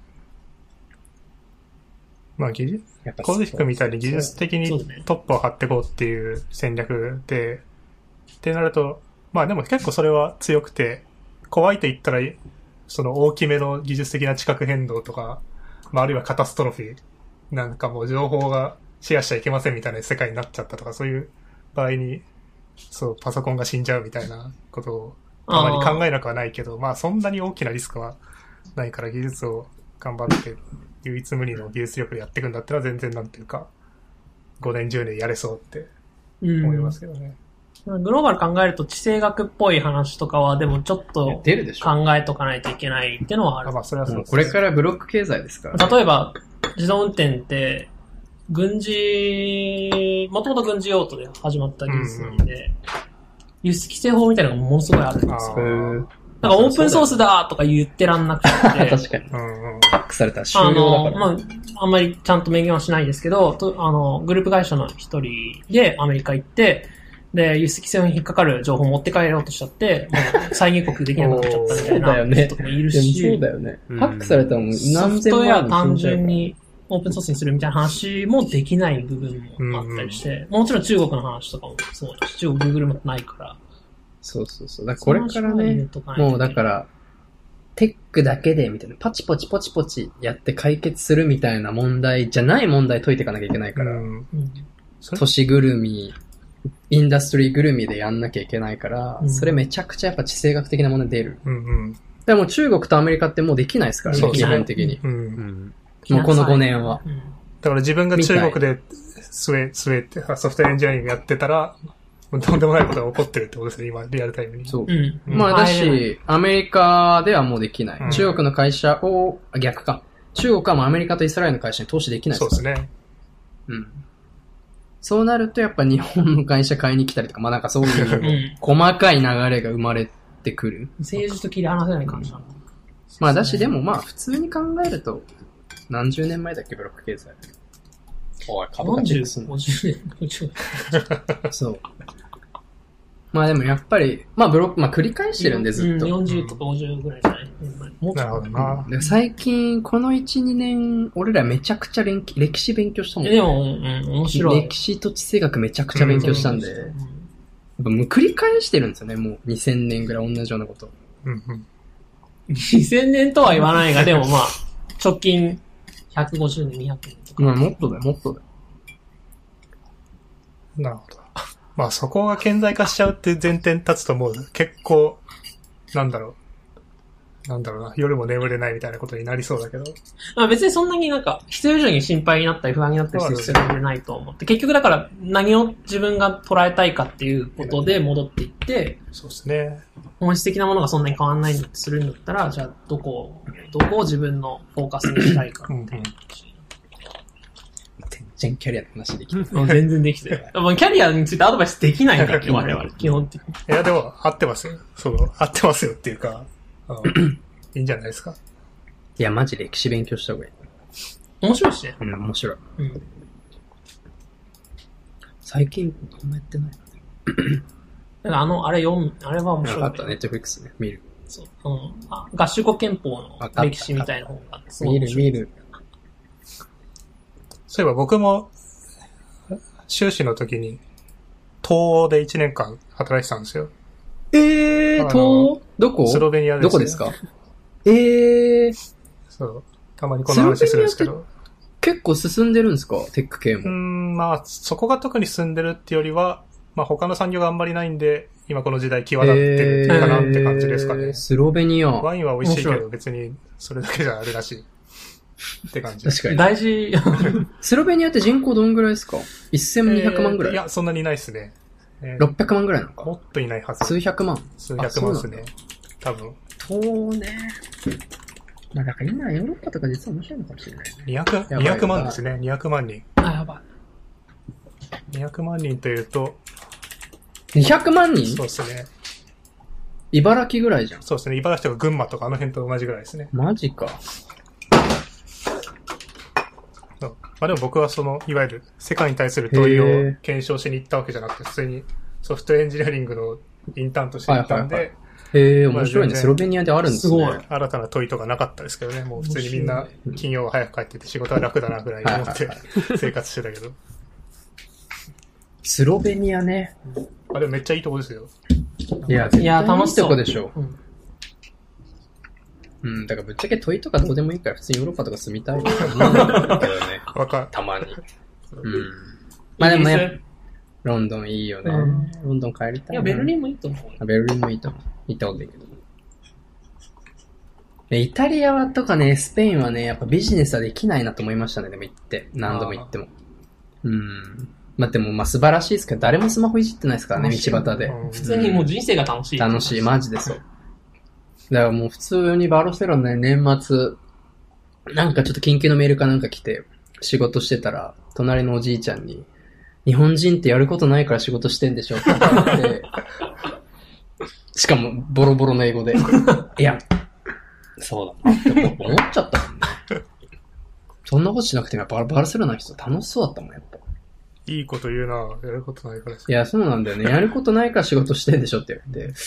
まあ技術、
やっぱ
コーディックみたいに技術的に
そうだね
トップを張っていこうっていう戦略で、ってなると、まあでも結構それは強くて、怖いと言ったら、その大きめの技術的な地殻変動とか、まああるいはカタストロフィーなんかもう情報がシェアしちゃいけませんみたいな世界になっちゃったとか、そういう場合に、そう、パソコンが死んじゃうみたいなことをたまに考えなくはないけど、まあそんなに大きなリスクはないから技術を頑張って唯一無二の技術力でやっていくんだったら全然なんていうか、5年10年やれそうって
うん
思いますけどね。
グローバル考えると地政学っぽい話とかは、でもちょっと
出るでしょ。
考えとかないといけないっていうのはあ
あ
る。
まあそれはそう
もう
です
これからブロック経済ですから。
例えば、自動運転って、軍事、もともと軍事用途で始まった技術なんで、輸出規制法みたいなのがものすごいあるんで
あ
すよ。
ー
うん
なんかオープンソースだとか言ってらんなくて、
確かに。
うんうん。
ハックされたら終
あ
了だ
の、
か
ま
ら。
あ、あんまりちゃんと明言はしないですけど、とあの、グループ会社の一人でアメリカ行って、で、輸出規制に引っかかる情報持って帰ろうとしちゃ って、もう再入国できなくなっちゃったみたい
そうだよ
な
ね
人とかもいる
でもそう
し、
だよね
う。ん
ハックされたらもう
ソ
何
フ
千
トウ
万
ェア
も
単
死んじゃうから
純にオープンソースにするみたいな話もできない部分もあったりして、もちろん中国の話とかもそうだし、中国 Google もないから、
そうそうそう。だからこれから
その話は言
ね
う、とかないと
もうだから、テックだけでみたいな、パチポチポチポチやって解決するみたいな問題じゃない問題解いていかなきゃいけないから、
うん
うん
それ
都市ぐるみ、インダストリーぐるみでやんなきゃいけないから、
うん
それめちゃくちゃやっぱ地政学的なもの出る。
うん
でも中国とアメリカってもうできないですから
そ
ね、
う
基本的に。
うん。う。
うんん
もうこの5年は。
うん
だから自分が中国でスウェ、スウェって、あソフトウェアエンジニアリングやってたら、もうとんでもないことが起こってるってことですね、今、リアルタイムに。
そう
う。ん。
まあだ
入れない、
し、アメリカではもうできない。
うん
中国の会社を、あ逆か。中国はもうアメリカとイスラエルの会社に投資できない
そう
で
ですすね。
うんそうなるとやっぱ日本の会社買いに来たりとか、まあなんかそ う
う
いうん細かい流れが生まれてくる。
政治と切り離せない感じなの。
まあだしでもまあ普通に考えると、何十年前だっけブロック経済。おい、株価チェックすん
40、
の
50年、
そう。まあでもやっぱり、まあブロック、まあ繰り返してるんでずっと。
うん40とか50ぐらいじゃないもうち
なる
ょ
ほ
っ
どな。
で最近、この1、2年、俺らめちゃくちゃ連携歴史勉強した
と。
も
え
ん
でも、うん、面白い。
歴史と地政学めちゃくちゃ勉強したんで、
う
やっぱもう繰り返してるんですよね、もう2000年ぐらい同じようなこと。
うんうん。
2000年とは言わないが、でもまあ、直近150年、200年とか。
まあ、もっとだよ、もっとだよ。
なるほど。まあそこが顕在化しちゃうって前提に立つともう結構、なんだろう。なんだろうな。夜も眠れないみたいなことになりそうだけど。
まあ別にそんなになんか、必要以上に心配になったり不安になったりする必要はないと思って、結局だから何を自分が捉えたいかっていうことで戻っていって、
そうですね。
本質的なものがそんなに変わんないんだとするんだったら、じゃあどこを、どこを自分のフォーカスにしたいか
うんうん
っていう。
全然キャリアの話できない。
もう全然できてる。 まあキャリアについてアドバイスできないから、我々、基本的に。
いや、でも、合ってますよ。その、合ってますよっていうか、あのいいんじゃないですか。
いや、マジ歴史勉強した方がいい。
面白いしね。
うん、面白い。
うん。
最近、あんまやってない。
だからあの、あれ読む、あれは面白い。
あった、ネットフリックスね。見る。
そう。あのあ合衆国憲法の歴史みたいな本があってすごい
見
面
る、
白い。
見る。
そういえば僕も、修士の時に、東欧で1年間働いてたんですよ。
え
あ
ー、
の
と、どこ
スロベニアです、ね。
どこですかえー、
そう。たまにこの話するんですけ
スロ
ど。
結構進んでるんですかテック系
うー
も。
ん、まあ、そこが特に進んでるってよりは、まあ他の産業があんまりないんで、今この時代際立ってるかなって感じですか
え
ね
ー。スロベニア。
ワインは美味しいけ
面
ど、別にそれだけじゃあるらしい。って感じ。
確かに。
大事。
スロベニアって人口どんぐらいですか ?1200 万ぐら
えー
い、
いや、そんなにいないですね。えー
?600 万ぐらいなのか
もっといないはず。
数百万。
数百万です
あ
ね。多分、
そうね。まあだから今ヨーロッパとか実は面白いのかもしれないね。
200、
やばい
200万ですね。200万人。
あ、やばい。
200万人というと、
200万
そう
人
ですね。
茨城ぐらいじゃん。
そうですね。茨城とか群馬とかあの辺と同じぐらいですね。
マジか。
そうまあでも僕はその、いわゆる世界に対する問い
へ
を
ー
検証しに行ったわけじゃなくて、普通にソフトエンジニアリングのインターンとして行ったんで、
はいはへえ、
まあ
面白い
全
ね。
然
スロベニアであるんです
す
ね。
ごい
新たな問いとかなかったですけどね。もう普通にみんな
面
金曜は早く帰ってて仕事は楽だなぐらい思って
はい
生活してたけど。
スロベニアね。
あ、でもめっちゃいいとこですよ。
いや、
いや楽しそう
いいとこでしょ。
うん。
うん、だからぶっちゃけ問いとかどうでもいいから、普通にヨーロッパとか住みたいなと思うんだけどね。
若
たまに。 うん。まあでも
イギリ
ね、ロンドンいいよね。
うん
ロンドン帰りた
ス
い。
いや、ベルリンもいいと思うよ。
あベルリンもいいと思う。行ったこといいけど。ねイタリアとかね、スペインはね、やっぱビジネスはできないなと思いましたね、でも行って。何度も行っても。うん。まあ、でも、まあ素晴らしいですけど、誰もスマホいじってないですからね、
楽しい
道端で。
うん
普通にもう人生が楽しい。
楽しい、マジでそう。だからもう普通にバルセロナで年末、なんかちょっと緊急のメールかなんか来て、仕事してたら、隣のおじいちゃんに、日本人ってやることないから仕事してんでしょって言われて、しかもボロボロの英語で、いや、そうだなって思思っちゃったもんね。そんなことしなくてもやっぱバルセロナの人楽しそうだったもん、やっぱ。
いいこと言うなやることないからです
いや、そうなんだよね。やることないから仕事してんでしょって言われて、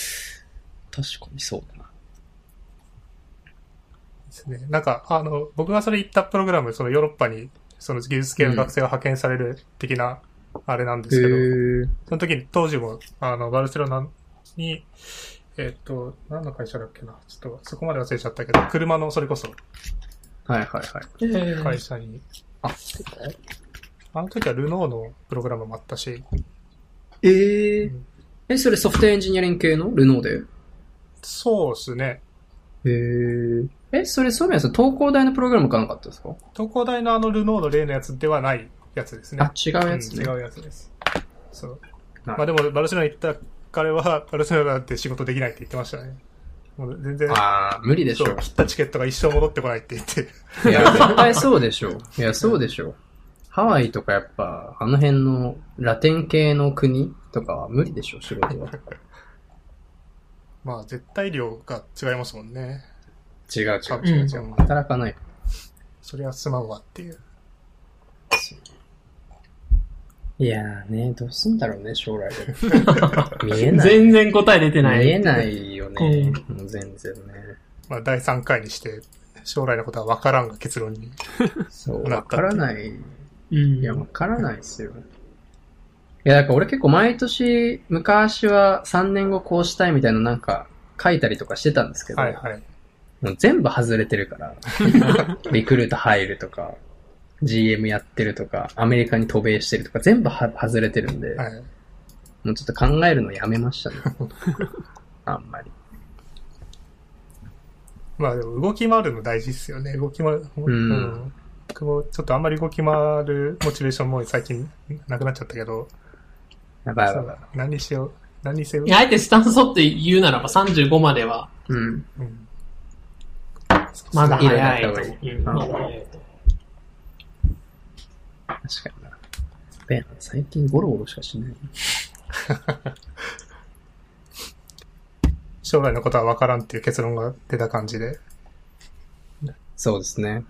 確かにそうだな。
ね。なんか、あの、僕がそれ行ったプログラム、そのヨーロッパに、その技術系の学生が派遣される的な、あれなんですけど、
へえ。
その時に、当時も、あの、バルセロナに、えっと、何の会社だっけなちょっと、そこまで忘れちゃったけど、車の、それこそ、
はいはいはい。
えー
会社に、
あ、
あの時はルノーのプログラムもあったし、
えー、え、それソフトエンジニアリング系のルノーで
そうですね。
へえ。え、それ、そういうやつ、東工大のプログラムかなんかったですか
東工大のあのルノーの例のやつではないやつですね。
あ、違うやつね。
うん違うやつです。そう。
はい
まあでも、バルセロナ行った彼は、バルセロナって仕事できないって言ってましたね。もう全然、
あー、無理でし
そう、
ょ。
切ったチケットが一生戻ってこないって言って。
いや、絶対そうでし ょ。いや、そうでしょ。ハワイとかやっぱ、あの辺のラテン系の国とかは無理でしょ、仕事は。
まあ、絶対量が違いますもんね。
違う違う
多
う
分
ん
違う違う。
働かない。
そりゃすまんわっていう。
いやーね、どうすんだろうね、将来で。 見えない。
全然答え出てない。
見えないよね。もう全然ね。
まあ、第3回にして、将来のことは分からんが結論に。
そう、
な
わ
んか
からない。
うん。
いや、わからないっすよ。いや、だから俺結構毎年、昔は3年後こうしたいみたいななんか書いたりとかしてたんですけど、
はいはい。
全部外れてる から。リクルート入るとか、GM やってるとか、アメリカに渡米してるとか、全部は外れてるんで、
はい。
もうちょっと考えるのやめま したね。あんまり。
まあでも動き回るの大事っすよね。動き回る。うん僕もちょっとあんまり動き回るモチベーションも最近なくなっちゃったけど、
やばいや
そ
ば
う
いやばい
だ何にしよう。何にせよ
い。やあえてスタンス取って言うならば35までは
うん。
うん
まだ
いろいろや
早い
った方
と
がいい
いうのがえーと
確かにな。ベン、最近ゴロゴロしかしない。
将来のことは分からんっていう結論が出た感じで。
そうですね。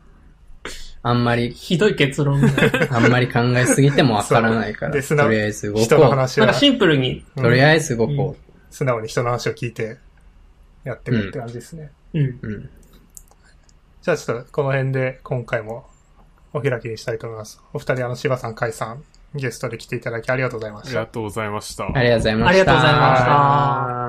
あんまり、
ひどい結 論が。
あんまり考えすぎてもわからない
そ
か
うで
ら、
すな
とりあえず動こ
人の
う。
話
なん
は
か、シンプルに、
うん
とりあえず動こ
素直に人の話を聞いてやってくって感じですね。
うん
う。。うん。
じゃあちょっとこの辺で今回もお開きにしたいと思います。お二人、あの、柴さん、海さん、ゲストで来ていただきありがとうございま
あ
し
り
た
が。とうございました。
ありがとうございました。。
ありがとうございました